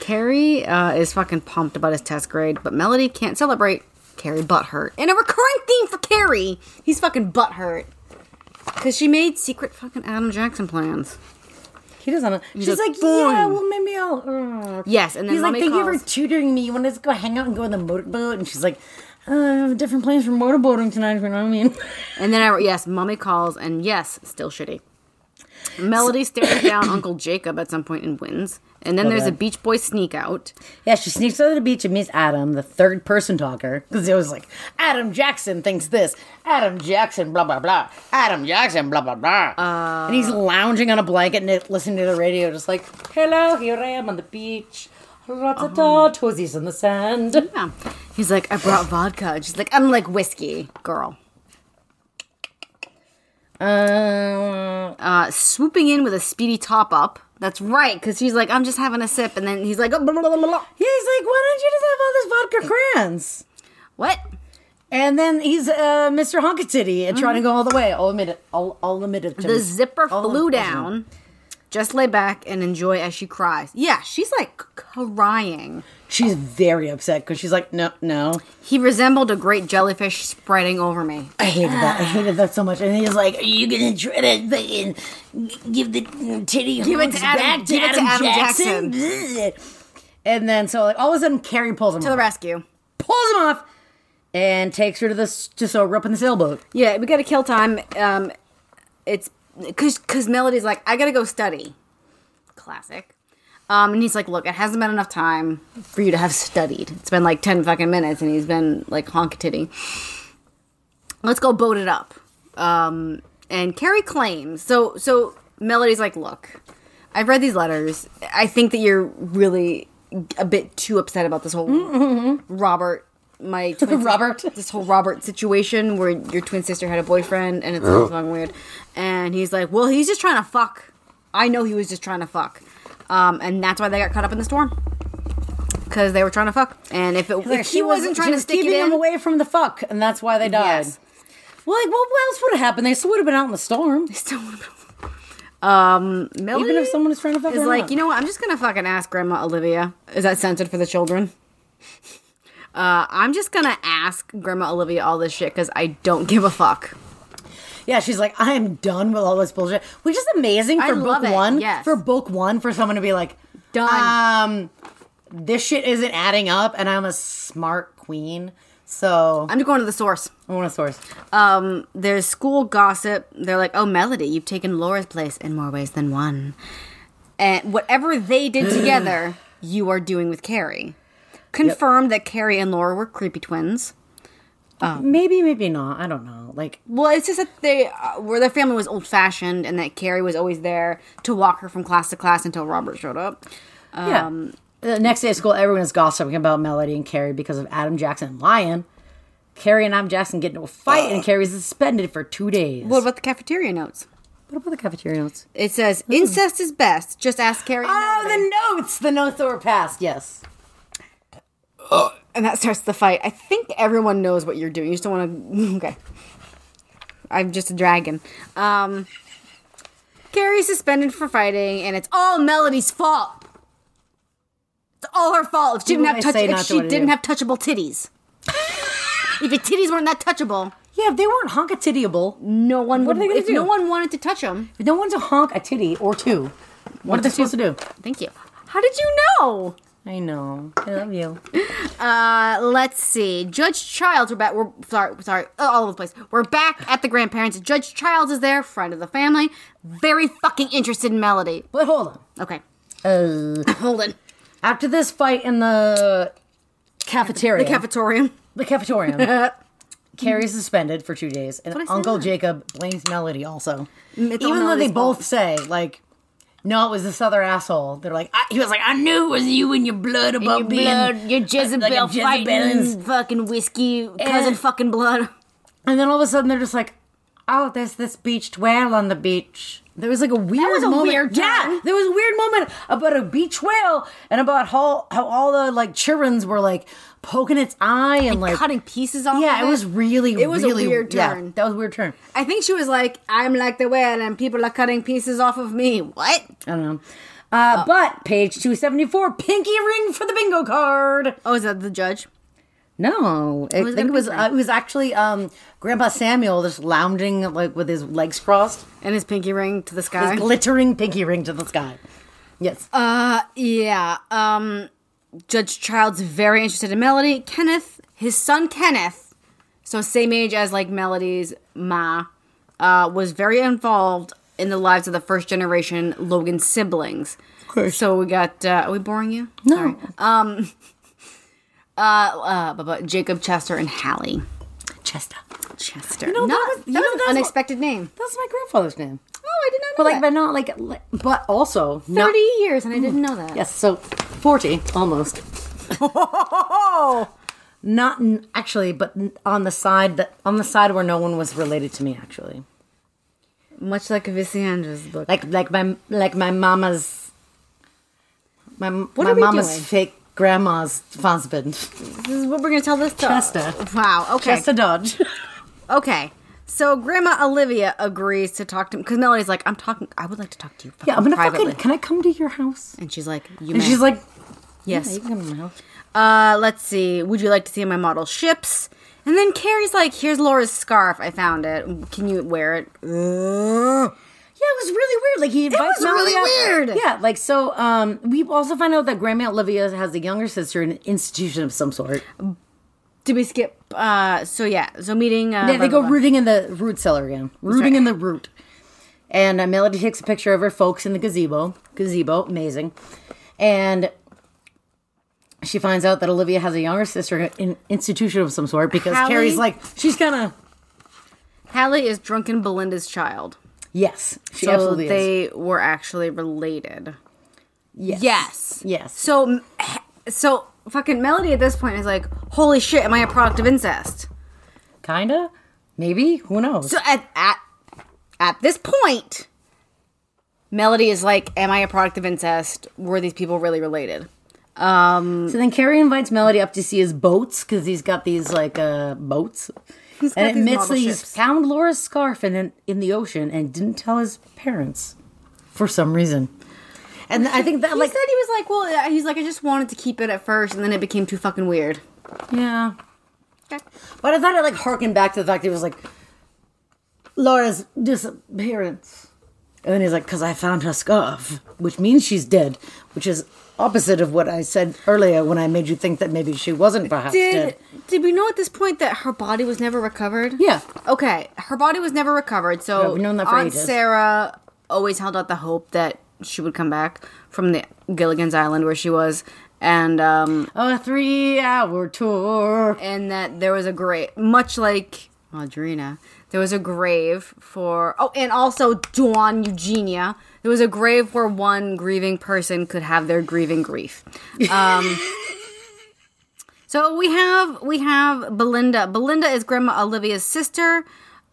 Carrie uh, is fucking pumped about his test grade, but Melody can't celebrate. Carrie butthurt. And a recurring theme for Carrie, he's fucking butthurt. Because she made secret fucking Adam Jackson plans. He doesn't. She's like, like, yeah, "Fine." well, maybe I'll. uh." Yes, and then He's like, mommy thank you calls. for tutoring me. You want to go hang out and go on the motorboat? And she's like, uh, I have different plans for motorboating tonight. You know what I mean? And then I wrote, yes, mommy calls, and yes, still shitty. Melody stares down Uncle Jacob at some point and wins. And then there's a bad. Beach Boy sneak out. yeah, she sneaks out to the beach and meets Adam, the third person talker, because it was like, Adam Jackson thinks this. Adam Jackson, blah blah blah. Adam Jackson, blah blah blah. and he's lounging on a blanket and listening to the radio, just like, hello, here I am on the beach. Ra-ta-ta, toesies in the sand. Yeah. He's like, I brought vodka. And she's like, I'm like whiskey, girl. Um, Uh, swooping in with a speedy top up. That's right, because he's like, I'm just having a sip. And then he's like, oh, blah, blah, blah, blah, blah. Yeah, he's like, why don't you just have all this vodka crayons? what? And then he's uh, Mr. Honka Titty and trying to go all the way. I'll admit it. I'll, I'll admit it. to The him. zipper All the flew way. down. Just lay back and enjoy as she cries. Yeah, she's like crying. She's very upset because she's like, no, no. He resembled a great jellyfish spreading over me. I hated that. I hated that so much. And he's like, "Are you gonna try to fucking give the titty give it to Adam- back to give it to Adam, Adam Jackson?" and then so like all of a sudden, Carrie pulls him To the off, rescue. pulls him off, and takes her to the s- to so rope in the sailboat. Yeah, we gotta kill time. Um, it's cause cause Melody's like, I gotta go study. Classic. Um, and he's like, look, it hasn't been enough time for you to have studied. It's been like ten fucking minutes, and he's been like honk titty. Let's go boat it up. Um, and Carrie claims so so. Melody's like, look, I've read these letters. I think that you're really a bit too upset about this whole Robert, my twin Robert. this whole Robert situation where your twin sister had a boyfriend and it's all fucking weird. And he's like, well, he's just trying to fuck. I know he was just trying to fuck. Um, and that's why they got caught up in the storm. Because they were trying to fuck. And if, it, if Like, he she wasn't trying to was stick it keeping in. him away from the fuck, and that's why they died. Yes. Well, like, what else would have happened? They still would have been out in the storm, um, Melody even if someone was trying to fuck is her like, up. you know what? I'm just going to fucking ask Grandma Olivia. Is that censored for the children? Uh, I'm just gonna ask Grandma Olivia all this shit because I don't give a fuck. Yeah, she's like, I am done with all this bullshit, which is amazing I for book love it, one. yes. For book one, for someone to be like, Done. Um, this shit isn't adding up, and I'm a smart queen, so I'm just going to the source. I want a source. um, there's school gossip. They're like, "Oh, Melody, you've taken Laura's place in more ways than one," and whatever they did together, you are doing with Carrie. Confirmed that Carrie and Laura were creepy twins. Maybe, maybe not. I don't know. Like, Well, it's just that they uh, where their family was old fashioned, and that Carrie was always there to walk her from class to class until Robert showed up. yeah. Um, The next day at school, everyone is gossiping about Melody and Carrie because of Adam Jackson and Lion. Carrie and Adam Jackson get into a fight, and Carrie's suspended for two days. What about the cafeteria notes? What about the cafeteria notes? It says incest is best. Just ask Carrie. and Melody." Hmm. Oh, the notes! The notes that were passed, yes. and that starts the fight. I think everyone knows what you're doing. You just don't want to. Okay. I'm just a dragon. Um, Carrie's suspended for fighting, and it's all Melody's fault. It's all her fault. If she Do didn't what have I touch, say, if not do she what I didn't do. have touchable titties, if your titties weren't that touchable, Yeah, if they weren't honk a tittyable, no one What would. are they gonna if no do? one wanted to touch them, if no one's a honk a titty or two, what are they supposed to do? thank you. How did you know? I know. I love you. Uh, let's see. Judge Childs, we're back. We're sorry, sorry, uh, all over the place. We're back at the grandparents. Judge Childs is there, friend of the family, very fucking interested in Melody. But hold on. Okay, Uh, hold it. after this fight in the cafeteria, The cafeteria. the cafetorium. Carrie's suspended for two days, and what I said. Uncle Jacob blames Melody also. It's all Even though they Melody's fault. both say, like, no, it was this other asshole. They're like, I, he was like, I knew it was you and your blood about being. your Jezebel Eh. like a Jezebel's- fucking whiskey, cousin fucking blood. And then all of a sudden they're just like, oh, there's this beached whale on the beach. There was like a weird was a moment. weird yeah, turn. there was a weird moment about a beach whale and about how how all the like childrens were like poking its eye and like Cutting pieces off. Yeah, of it was really It was a really- weird yeah, turn. that was a weird turn. I think she was like, "I'm like the whale, and people are cutting pieces off of me." What? I don't know. Uh, But page two seventy four, pinky ring for the bingo card. Oh, is that the judge? No, I was think gonna it was be uh, it was actually um, Grandpa Samuel just lounging like with his legs crossed, And his pinky ring to the sky. his glittering pinky ring to the sky. Yes, Uh, yeah. Um, Judge Child's very interested in Melody. Kenneth, his son Kenneth, so same age as like Melody's ma, uh, was very involved in the lives of the first generation Logan siblings. course. So we got. Uh, are we boring you? No. Um. Uh, uh, but, but Jacob Chester and Hallie Chester. Chester. know, that was- Not- you know, an that's what- unexpected name. That's my grandfather's name. Oh, I did not know But like, that. but not like, li- but also not- Thirty years, and I didn't know that. yes, so forty almost. not n- actually, but n- on the side that on the side where no one was related to me actually. Much like Visandra's book. Like like my like my mama's my What my are we mama's doing? fake grandma's husband. This is what we're gonna tell this to. Chester. Wow. Okay. Chester Dodge. Okay. So Grandma Olivia agrees to talk to him because Melody's like, "I'm talking. I would like to talk to you. Yeah, I'm gonna privately. fucking. Can I come to your house? And she's like, "You." And may. she's like, Yeah, "Yes." you can come to my house. Uh, let's see. Would you like to see my model ships? And then Carrie's like, "Here's Laura's scarf. I found it. Can you wear it?" Ugh. Yeah, it was really weird. Like he invites was really Melody out- weird. Yeah, like so. Um, we also find out that Grandma Olivia has a younger sister in an institution of some sort. Did we skip? Uh, so yeah. So meeting. Uh, Yeah, they blah, go blah, blah. rooting in the root cellar again. Rooting right. in the root. And uh, Melody takes a picture of her folks in the gazebo. Gazebo, amazing. And she finds out that Olivia has a younger sister in an institution of some sort because Hallie? Carrie's like, she's gonna. Hallie is drunken Belinda's child. Yes, she so absolutely is. they were actually related. Yes. Yes. Yes. So, so fucking Melody at this point is like, holy shit, am I a product of incest? Kinda? Maybe? Who knows? So at at at this point, Melody is like, am I a product of incest? Were these people really related? Um, So then Carrie invites Melody up to see his boats because he's got these like uh boats. He's got and these admits model that he ships. found Laura's scarf in an, in the ocean and didn't tell his parents for some reason. And I think that he like said he was like, well, uh, he's like, I just wanted to keep it at first, and then it became too fucking weird. yeah, Okay. but I thought it like harkened back to the fact that he was like Laura's disappearance, and then he's like, "Cause I found her scarf," which means she's dead, which is opposite of what I said earlier when I made you think that maybe she wasn't perhaps Did dead. did we know at this point that her body was never recovered? Yeah. Okay, her body was never recovered. Yeah, So we've known that for Aunt ages. Sarah always held out the hope that she would come back from the Gilligan's Island where she was, and um, A three-hour tour. and that there was a grave, much like Audrina, there was a grave for. Oh, and also Dawn Eugenia. There was a grave where one grieving person could have their grieving grief. Um, so we have we have Belinda. Belinda is Grandma Olivia's sister,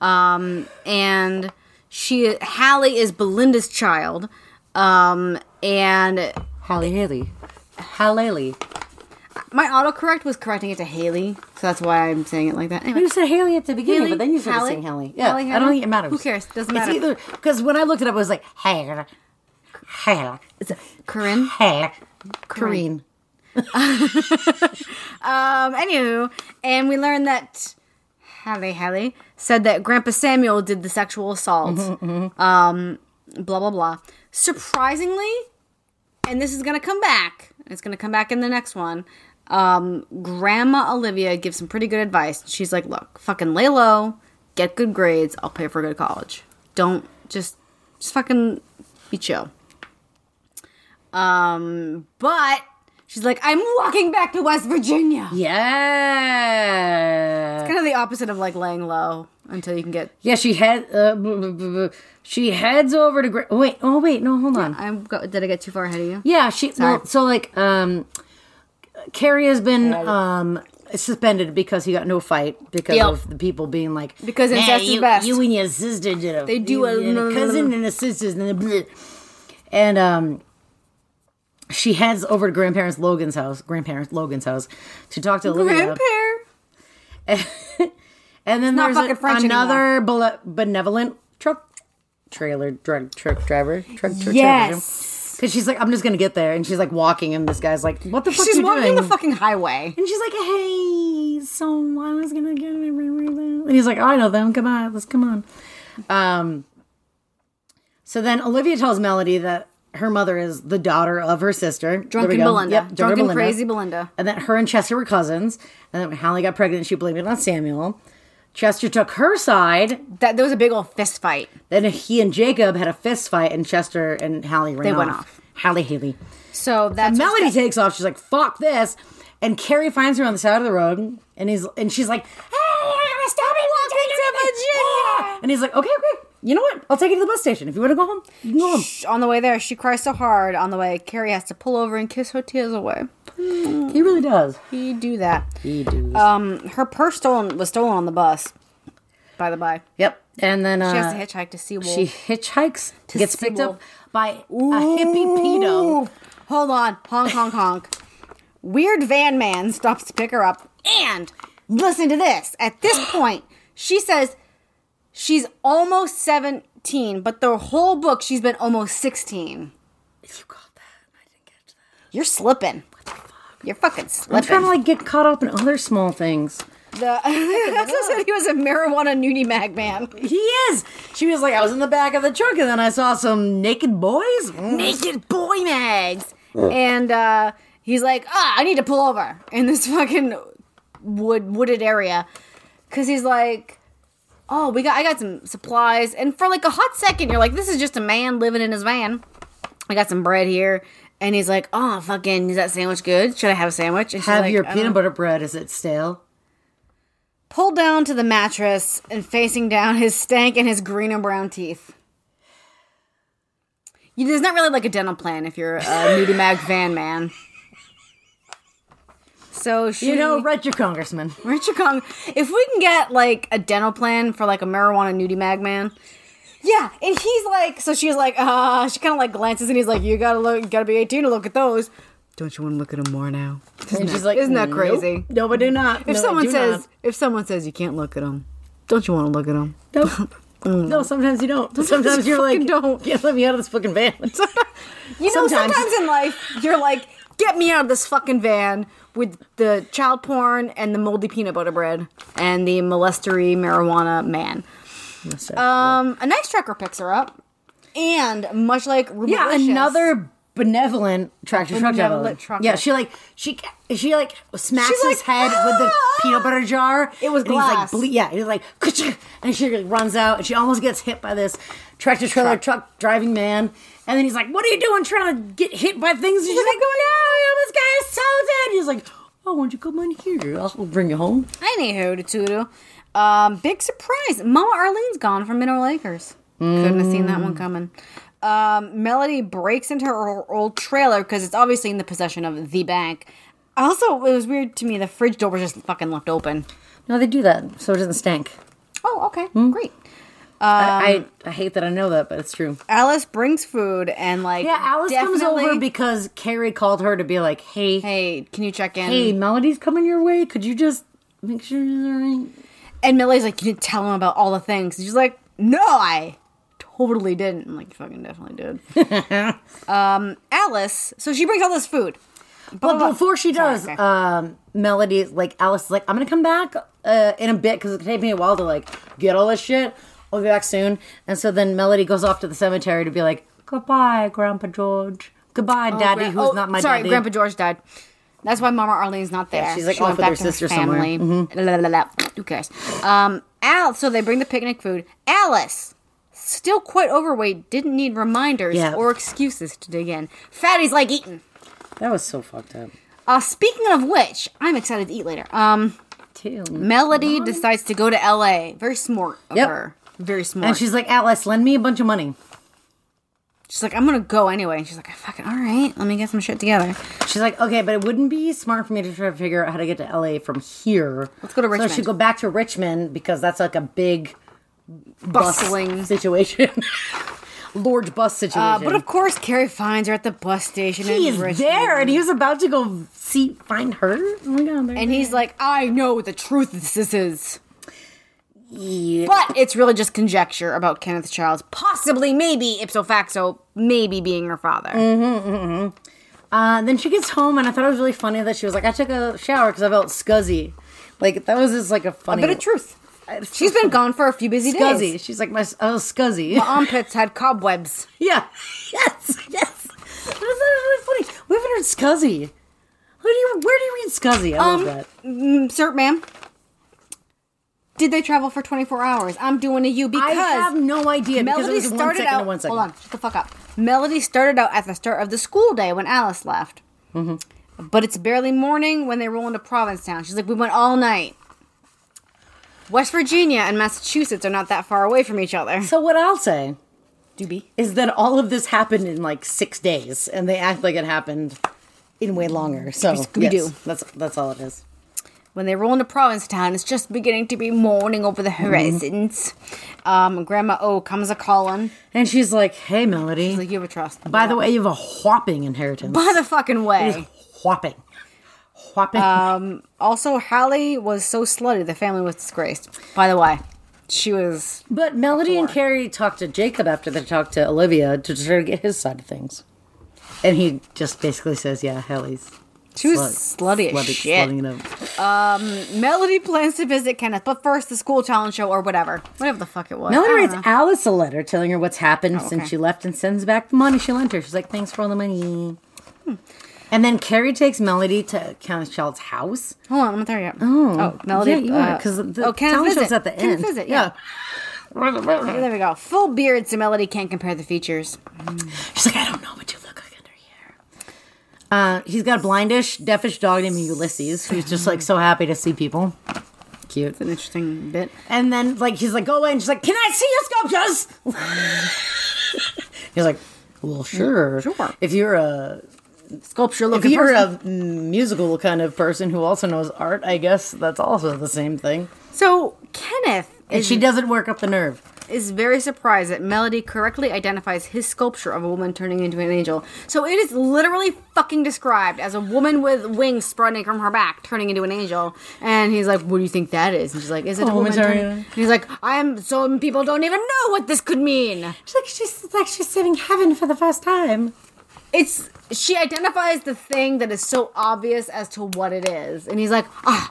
um, and she Hallie is Belinda's child, um, and Halle Haley. Hallely. my autocorrect was correcting it to Haley, so that's why I'm saying it like that. Anyway. You said Haley at the beginning, Haley? but then you started Halle? saying Haley. Yeah, Halle, I Halle? don't think it matters. Who cares? Doesn't matter. It's either because when I looked it up, I was like, Hair, hair, Corinne. hair, Kareen. Um, anywho, and we learned that Halle Halle said that Grandpa Samuel did the sexual assault. Um, blah blah blah. Surprisingly, and this is gonna come back. and It's gonna come back in the next one. Um, Grandma Olivia gives some pretty good advice. She's like, "Look, fucking lay low, get good grades. I'll pay for a good college. Don't just just fucking be chill." Um, but she's like, "I'm walking back to West Virginia." Yeah. kind of the opposite of like laying low until you can get. Yeah, she head. Uh, b- b- b- b- she heads over to. Gra- wait. Oh, wait. No, hold on. I'm go- did I get too far ahead of you? Yeah, she. Well, so like, um, Carrie has been um suspended because he got into a fight because Yep. of the people being like Because "Nah, incest is you, best." You and your sister did it. They do you, a- and a cousin and a sister and a blah. and um. She heads over to grandparents Logan's house, grandparents Logan's house, to talk to Olivia. Grandpair. And then not there's a- fucking French another bele- benevolent truck trailer drug truck driver truck truck driver. Because she's like, I'm just gonna get there, and she's like walking, and this guy's like, What the fuck? She's you walking doing? the fucking highway. And she's like, Hey, so I was gonna get everything, and he's like, "Oh, I know them. Come on, let's come on. Um. So then Olivia tells Melody that her mother is the daughter of her sister, There we Drunken go. Belinda. Yep, Drunken Drunken Belinda. crazy Belinda. And then her and Chester were cousins. And then when Hallie got pregnant, she blamed it on Samuel. Chester took her side. That there was a big old fist fight. Then he and Jacob had a fist fight, and Chester and Hallie ran They off. went off. Hallie Haley. So that's what's Melody got- takes off. She's like, "Fuck this!" And Carrie finds her on the side of the road, and he's and she's like, "Hey, I'm gonna stop it, walking to Virginia." And he's like, "Okay, okay. You know what? I'll take you to the bus station. If you want to go home, you can go home." on the way there. She cries so hard on the way. Carrie has to pull over and kiss her tears away. He really does. Uh, He do that. He does. Um, her purse stolen was stolen on the bus. By the by, yep. And then uh, she has to hitchhike to Seawolf. She hitchhikes, gets picked Sewell. up by a hippie pedo. Hold on. Honk, honk, honk. Weird van man stops to pick her up. And listen to this. At this point, she says She's almost 17, but the whole book she's been almost 16. You got that. I didn't get that. You're slipping. You're fucking I'm trying to slipping. like get caught up in other small things. The- That's what said he was a marijuana nudie mag man. He is. She was like, I was in the back of the truck and then I saw some naked boys. Mm. naked boy mags. And uh, he's like, ah, I need to pull over in this fucking wood wooded area, because he's like, oh, we got I got some supplies. And for like a hot second, you're like, this is just a man living in his van. I got some bread here, and he's like, oh, fucking, is that sandwich good? Should I have a sandwich? And she's Have like, your "I peanut don't- butter bread. Is it stale? Pulled down to the mattress and facing down his stank and his green and brown teeth. You- There's not really like a dental plan if you're a nudie mag van man. So she, You know, write your congressman. Richard Kong, if we can get like a dental plan for like a marijuana nudie mag man, yeah. And he's like, so she's like, ah, she kind of like glances and he's like, you gotta look, gotta be 18 to look at those. Don't you want to look at them more now? And she's like, isn't that "Nope. crazy? No, I do not. If No, I someone do says, if someone says you can't look at them, don't you want to look at them? not. no, no, sometimes you don't. Sometimes Mm. you you're like, fucking don't. Can't let me out of this fucking van. You know, sometimes. Sometimes. in life, you're like, get me out of this fucking van with the child porn and the moldy peanut butter bread and the molestery marijuana man. Um, a nice trucker picks her up. And much like Ruby yeah, Licious- another benevolent tractor truck driver. Benevolent truck Yeah, driver. she like she she like smacks She's his like, head with the "Ah!" peanut butter jar. It was and glass. He's like, ble- yeah, he's like, "Ka-choo!" and she like, runs out, and she almost gets hit by this tractor trailer truck. driving man. And then he's like, "What are you doing, trying to get hit by things?" And she's like, "Oh no, I almost got assaulted." And he's like, "Oh, why don't you come on here? I'll bring you home." Anywho, to Tutu. Um, big surprise. Mama Arlene's gone from Mineral Acres. Couldn't have seen that Mm. one coming. Um, Melody breaks into her old trailer because it's obviously in the possession of the bank. Also, it was weird to me. The fridge door was just fucking left open. No, they do that so it doesn't stank. Oh, okay, Hmm? great. I, I I hate that I know that, but it's true. Alice brings food and like Yeah, Alice comes definitely- over because Carrie called her to be like, "Hey, hey, can you check in? hey, Melody's coming your way. Could you just make sure you're all right? And Millie's like, you didn't tell him about all the things. And she's like, no, I totally didn't. I'm like, you fucking definitely did. um, Alice, so she brings all this food. But before she does, okay. um, Melody, is like, Alice is like, I'm going to come back uh, in a bit because it could take me a while to, like, get all this shit. I'll be back soon. And so then Melody goes off to the cemetery to be like, goodbye, Grandpa George. Goodbye, Daddy, Gran- who's oh, not my sorry, daddy. Grandpa George died. That's why Mama Arlene's not there. she's, like, She off went with back her to sister somewhere. Mm-hmm. family. La, la, la, la. Who cares? Um, Al. So they bring the picnic food. Alice, still quite overweight, didn't need reminders Yeah. or excuses to dig in. Fatty's like eating. That was so fucked up. Uh, speaking of which, I'm excited to eat later. Um, Too. Melody decides to go to L.A. Very smart of Yep. her. Very smart. And she's like, Alice, lend me a bunch of money. she's like, I'm gonna go anyway. And she's like, fucking all right. Let me get some shit together. She's like, okay, but it wouldn't be smart for me to try to figure out how to get to LA from here. Let's go to Richmond. So I should go back to Richmond because that's like a big bus Bustling. situation, large bus situation. Uh, but of course, Carrie finds her at the bus station. he in is Richmond. there, and he was about to go see find her. Oh my god! there And he he's like, I know what the truth of this is. is. But it's really just conjecture about Kenneth Childs, possibly, maybe, ipso facto, maybe being her father. Uh, then she gets home, and I thought it was really funny that she was like, I took a shower because I felt scuzzy. Like that was just like a funny Bit of truth. She's been gone for a few busy Scuzzy. days. She's like my oh scuzzy. Armpits had cobwebs. Yeah. Yes. Yes. That's really funny. We haven't heard Scuzzy. Where do you Where do you read Scuzzy? I Um, love that. Mm, sir, ma'am. Did they travel for 24 hours? I'm doing a U because I have no idea. because it Melody was one started second and out. One second. Hold on, shut the fuck up. Melody started out at the start of the school day when Alice left. Mm-hmm. But it's barely morning when they roll into Provincetown. She's like, we went all night. West Virginia and Massachusetts are not that far away from each other. So what I'll say Doobie. is that all of this happened in like six days, and they act like it happened in way longer. So Scooby-Doo. yes, that's that's all it is. When they roll into Provincetown, it's just beginning to be morning over the Mm-hmm. horizons. Um, Grandma O comes a calling. And she's like, "Hey, Melody. Like you have a trust. by the way, you have a whopping inheritance. by the Uh, fucking way. whopping, whopping. Also, Hallie was so slutty, the family was disgraced. By the way, She was But Melody and Carrie talked to Jacob after they talked to Olivia to try to get his side of things. And he just basically says, yeah, Helly's. she was slutty, as shit. Melody plans to visit Kenneth, but first the school talent show or whatever, whatever the fuck it was. Melody I don't writes know. Alice a letter telling her what's happened Uh-huh. Oh, okay. since she left and sends back the money she lent her. She's like, thanks for all the money. And then Carrie takes Melody to Count Child's house. Hold on, I'm not there yet. Oh, Melody. yeah, you are, uh, 'cause the oh, Kenneth talent show's visit. at the Kenneth end. visit, yeah. Okay, there we go. Full beard, so Melody can't compare the features. She's like, I don't know what you look like under here. Uh, he's got a blindish, deafish dog named Ulysses, who's just like so happy to see people. Cute. An interesting bit. And then like he's like, go away, and she's like, Can I see your sculptures? he's like, Well, sure. Sure. If you're a Sculpture if looking you're person. a musical kind of person who also knows art, I guess that's also the same thing. so Kenneth And is, she doesn't work up the nerve. is very surprised that Melody correctly identifies his sculpture of a woman turning into an angel. So it is literally fucking described as a woman with wings spreading from her back turning into an angel. And he's like, "What do you think that is?" And she's like, "Is it a, woman?" woman Turning? turning- And he's like, "I'm some people don't even know what this could mean." She's like she's like she's saving heaven for the first time. it's she identifies the thing that is so obvious as to what it is and he's like ah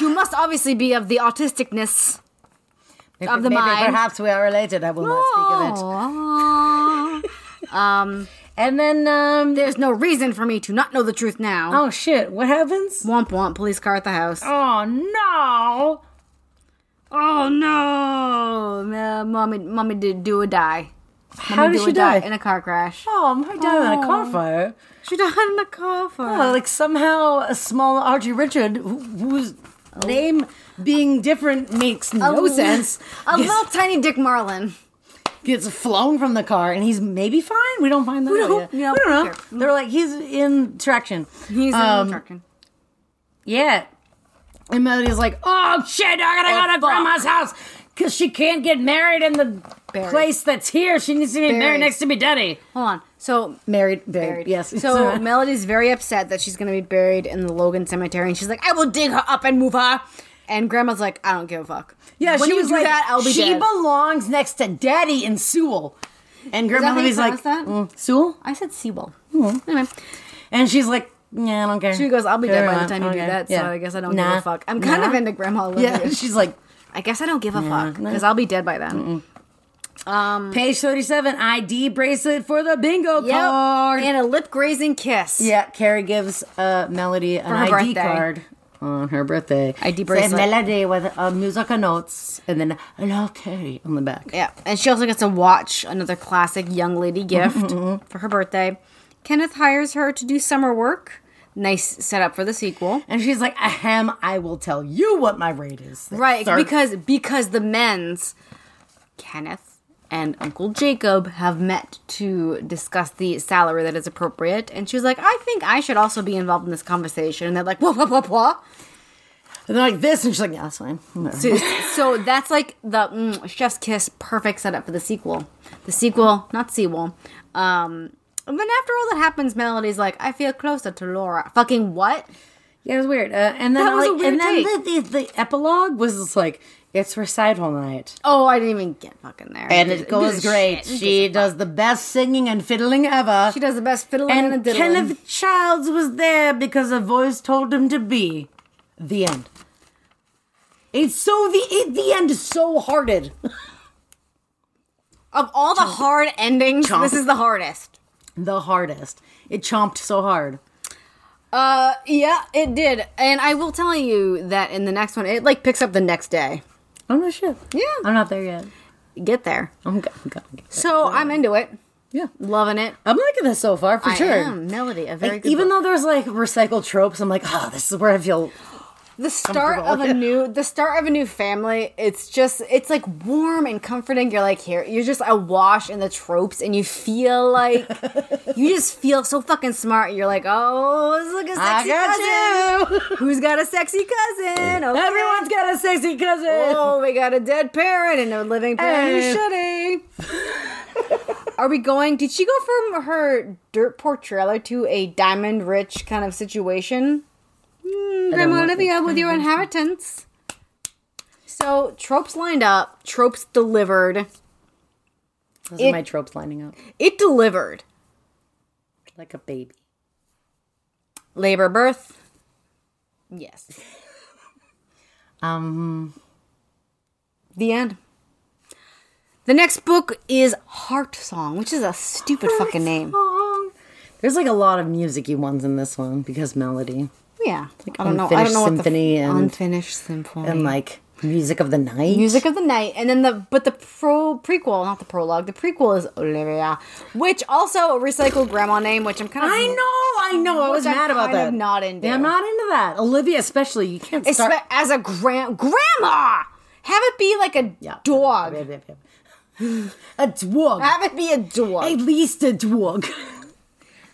you must obviously be of the autisticness Of the maybe mind. Perhaps we are related. I will not speak of it. Aw. Um, And then um there's no reason for me to not know the truth now Oh shit, what happens? womp womp police car at the house Oh no. oh no uh, mommy mommy did do a die How did do she a die die? in a car crash oh, my died in a car fire. she died in a car Oh, like somehow a small Archie Richard who, whose Oh. name being different makes no sense a gets, little tiny dick marlin gets flown from the car and he's maybe fine. We don't find that out don't- yet. yeah, Mm. we don't know. sure. They're like he's in traction. he's Um, in the truck Yeah. And Melody's like, oh shit, I gotta go to fuck. grandma's house because she can't get married in the Buried. place that's here. She needs to be Buried. married next to me daddy. hold on so Married, buried, buried. yes. So Melody's very upset that she's going to be buried in the Logan Cemetery, and she's like, "I will dig her up and move her." And Grandma's like, "I don't give a fuck." Yeah, when she you was do like, that, I'll be she dead." belongs next to Daddy and Sewell. And Grandma how you Louie's like, pronounce that? "Mm, Sewell? I said Sewell. Anyway, And she's like, yeah, I don't care. she goes, "I'll be Sure dead by not. the time you do Okay. that." Yeah. So I guess I don't Nah. give a fuck. I'm kind Nah. of into Grandma Olivia. Yeah, she's like, I guess I don't give a fuck nah. because I'll be dead by then. page 37, ID bracelet for the bingo Yeah, card. and a lip grazing kiss. yeah, Carrie gives uh, Melody an her ID birthday. card on her birthday. ID Says bracelet. Melody with uh, musical notes and then hello Carrie on the back. Yeah, and she also gets to watch another classic young lady gift for her birthday. Kenneth hires her to do summer work. Nice setup for the sequel. And she's like, ahem, I will tell you what my rate is. right Sir. because because the men's kenneth and uncle jacob have met to discuss the salary that is appropriate and she was like i think i should also be involved in this conversation and they're like what what what what And they're like this, and she's like, yeah, that's fine. Whatever. so, so that's like the mm, chef's kiss perfect setup for the sequel the sequel not sequel um and then after all that happens melody's like i feel closer to laura fucking what Yeah, it was weird. Uh, and then That was a like, weird and take. then the, the, the epilogue was just like it's recital night, oh i didn't even get fucking there and Who it gives a goes great. shit? Who She gives a fuck? does the best singing and fiddling ever. she does the best fiddling and, and the diddling. Kenneth Childs was there because a voice told him to be. The end. It's so the it, the end is so hearted. Of all the hard endings, Chomp. this is the hardest. the hardest. It chomped so hard. Uh, yeah, it did. And I will tell you that in the next one, it like picks up the next day. I'm not sure. Yeah. I'm not there yet. Get there. I'm go- I'm going. So I'm into it. Yeah, Loving it. I'm liking this so far for I sure. am. Melody, a very Like, good even book. though there's like recycled tropes, I'm like, oh, this is where I feel the start of a comfortable. new the start of a new family, it's just it's like warm and comforting. You're like here, you're just awash in the tropes and you feel like you just feel so fucking smart. You're like, oh, look a sexy cousin. you. Who's got a sexy cousin? Okay. Everyone's got a sexy cousin. Oh, we got a dead parent and a living parent who's shitty. Are we going? Did she go from her dirt poor trailer to a diamond rich kind of situation? Mm, Grandma want Olivia with your inheritance. So tropes lined up, tropes delivered. Those It- are my tropes lining up It delivered. like a baby. Labor birth. Yes. Um, The end. The next book is Heart Song, which is a stupid fucking name. there's like a lot of musicy ones in this one because melody Yeah. Like I don't know. I Unfinished don't know what Symphony the f- and- unfinished symphony. and like music of the night. Music of the Night, and then the but the pro prequel, not the prologue. The prequel is Olivia, which also a recycled grandma name, which I'm kind of I know, I know. I Which was I'm mad about kind that. of not into. Yeah, I'm not into that. Olivia, especially, you can't Espe- start. as a grand grandma. Have it be like a Yeah. dog. Ah. A dwarf. Have it be a dog. At least a dwarf.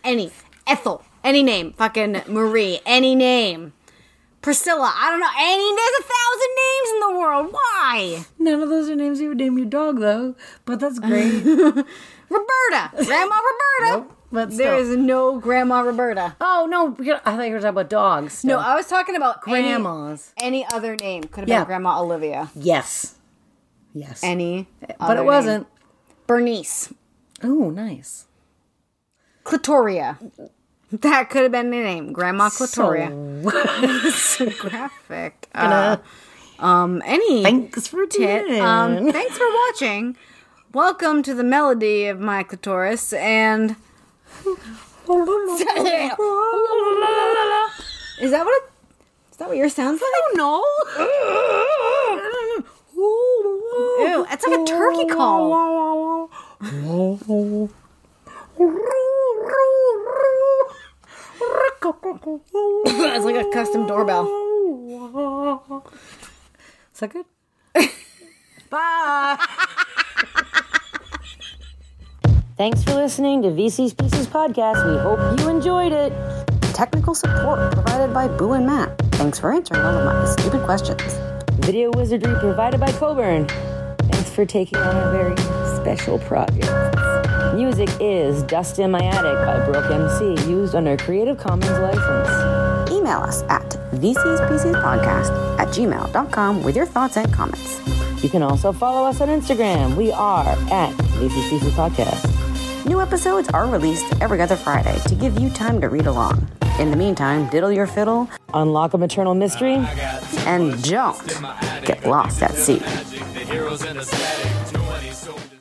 any Ethel, any name, fucking Marie, any name, Priscilla. I don't know. Any there's a thousand names in the world. Why? None of those are names you would name your dog, though. But that's great. Roberta, Grandma Roberta. Nope, but there still. is no Grandma Roberta. oh no, we got- I thought you were talking about dogs. No, still. I was talking about any- grandmas. Any, other name could have Yeah. been Grandma Olivia. yes, yes, Any, but other it wasn't. name. Bernice, Oh, nice. Clitoria. That could have been the name, Grandma Clitoria. So, Graphic. Uh, um, any. thanks for it. tuning. Um, Um, thanks for watching. Welcome to the melody of my clitoris and. Is that what? It, is that what your sounds like? no. Ew, it's like a turkey call. it's like a custom doorbell. Is that good? Bye. Thanks for listening to VC's Pieces Podcast. We hope you enjoyed it. Technical support provided by Boo and Matt. Thanks for answering all of my stupid questions. Video wizardry provided by Coburn. Thanks for taking on a very special project. Music is Dust in My Attic by Brooke MC, used under a Creative Commons license. Email us at vcspcspodcast at gmail.com with your thoughts and comments. You can also follow us on Instagram. We are at VC's Pieces Podcast. New episodes are released every other Friday to give you time to read along. In the meantime, diddle your fiddle Unlock a maternal mystery. and don't get lost at sea. The heroes in the static. 20 soldiers.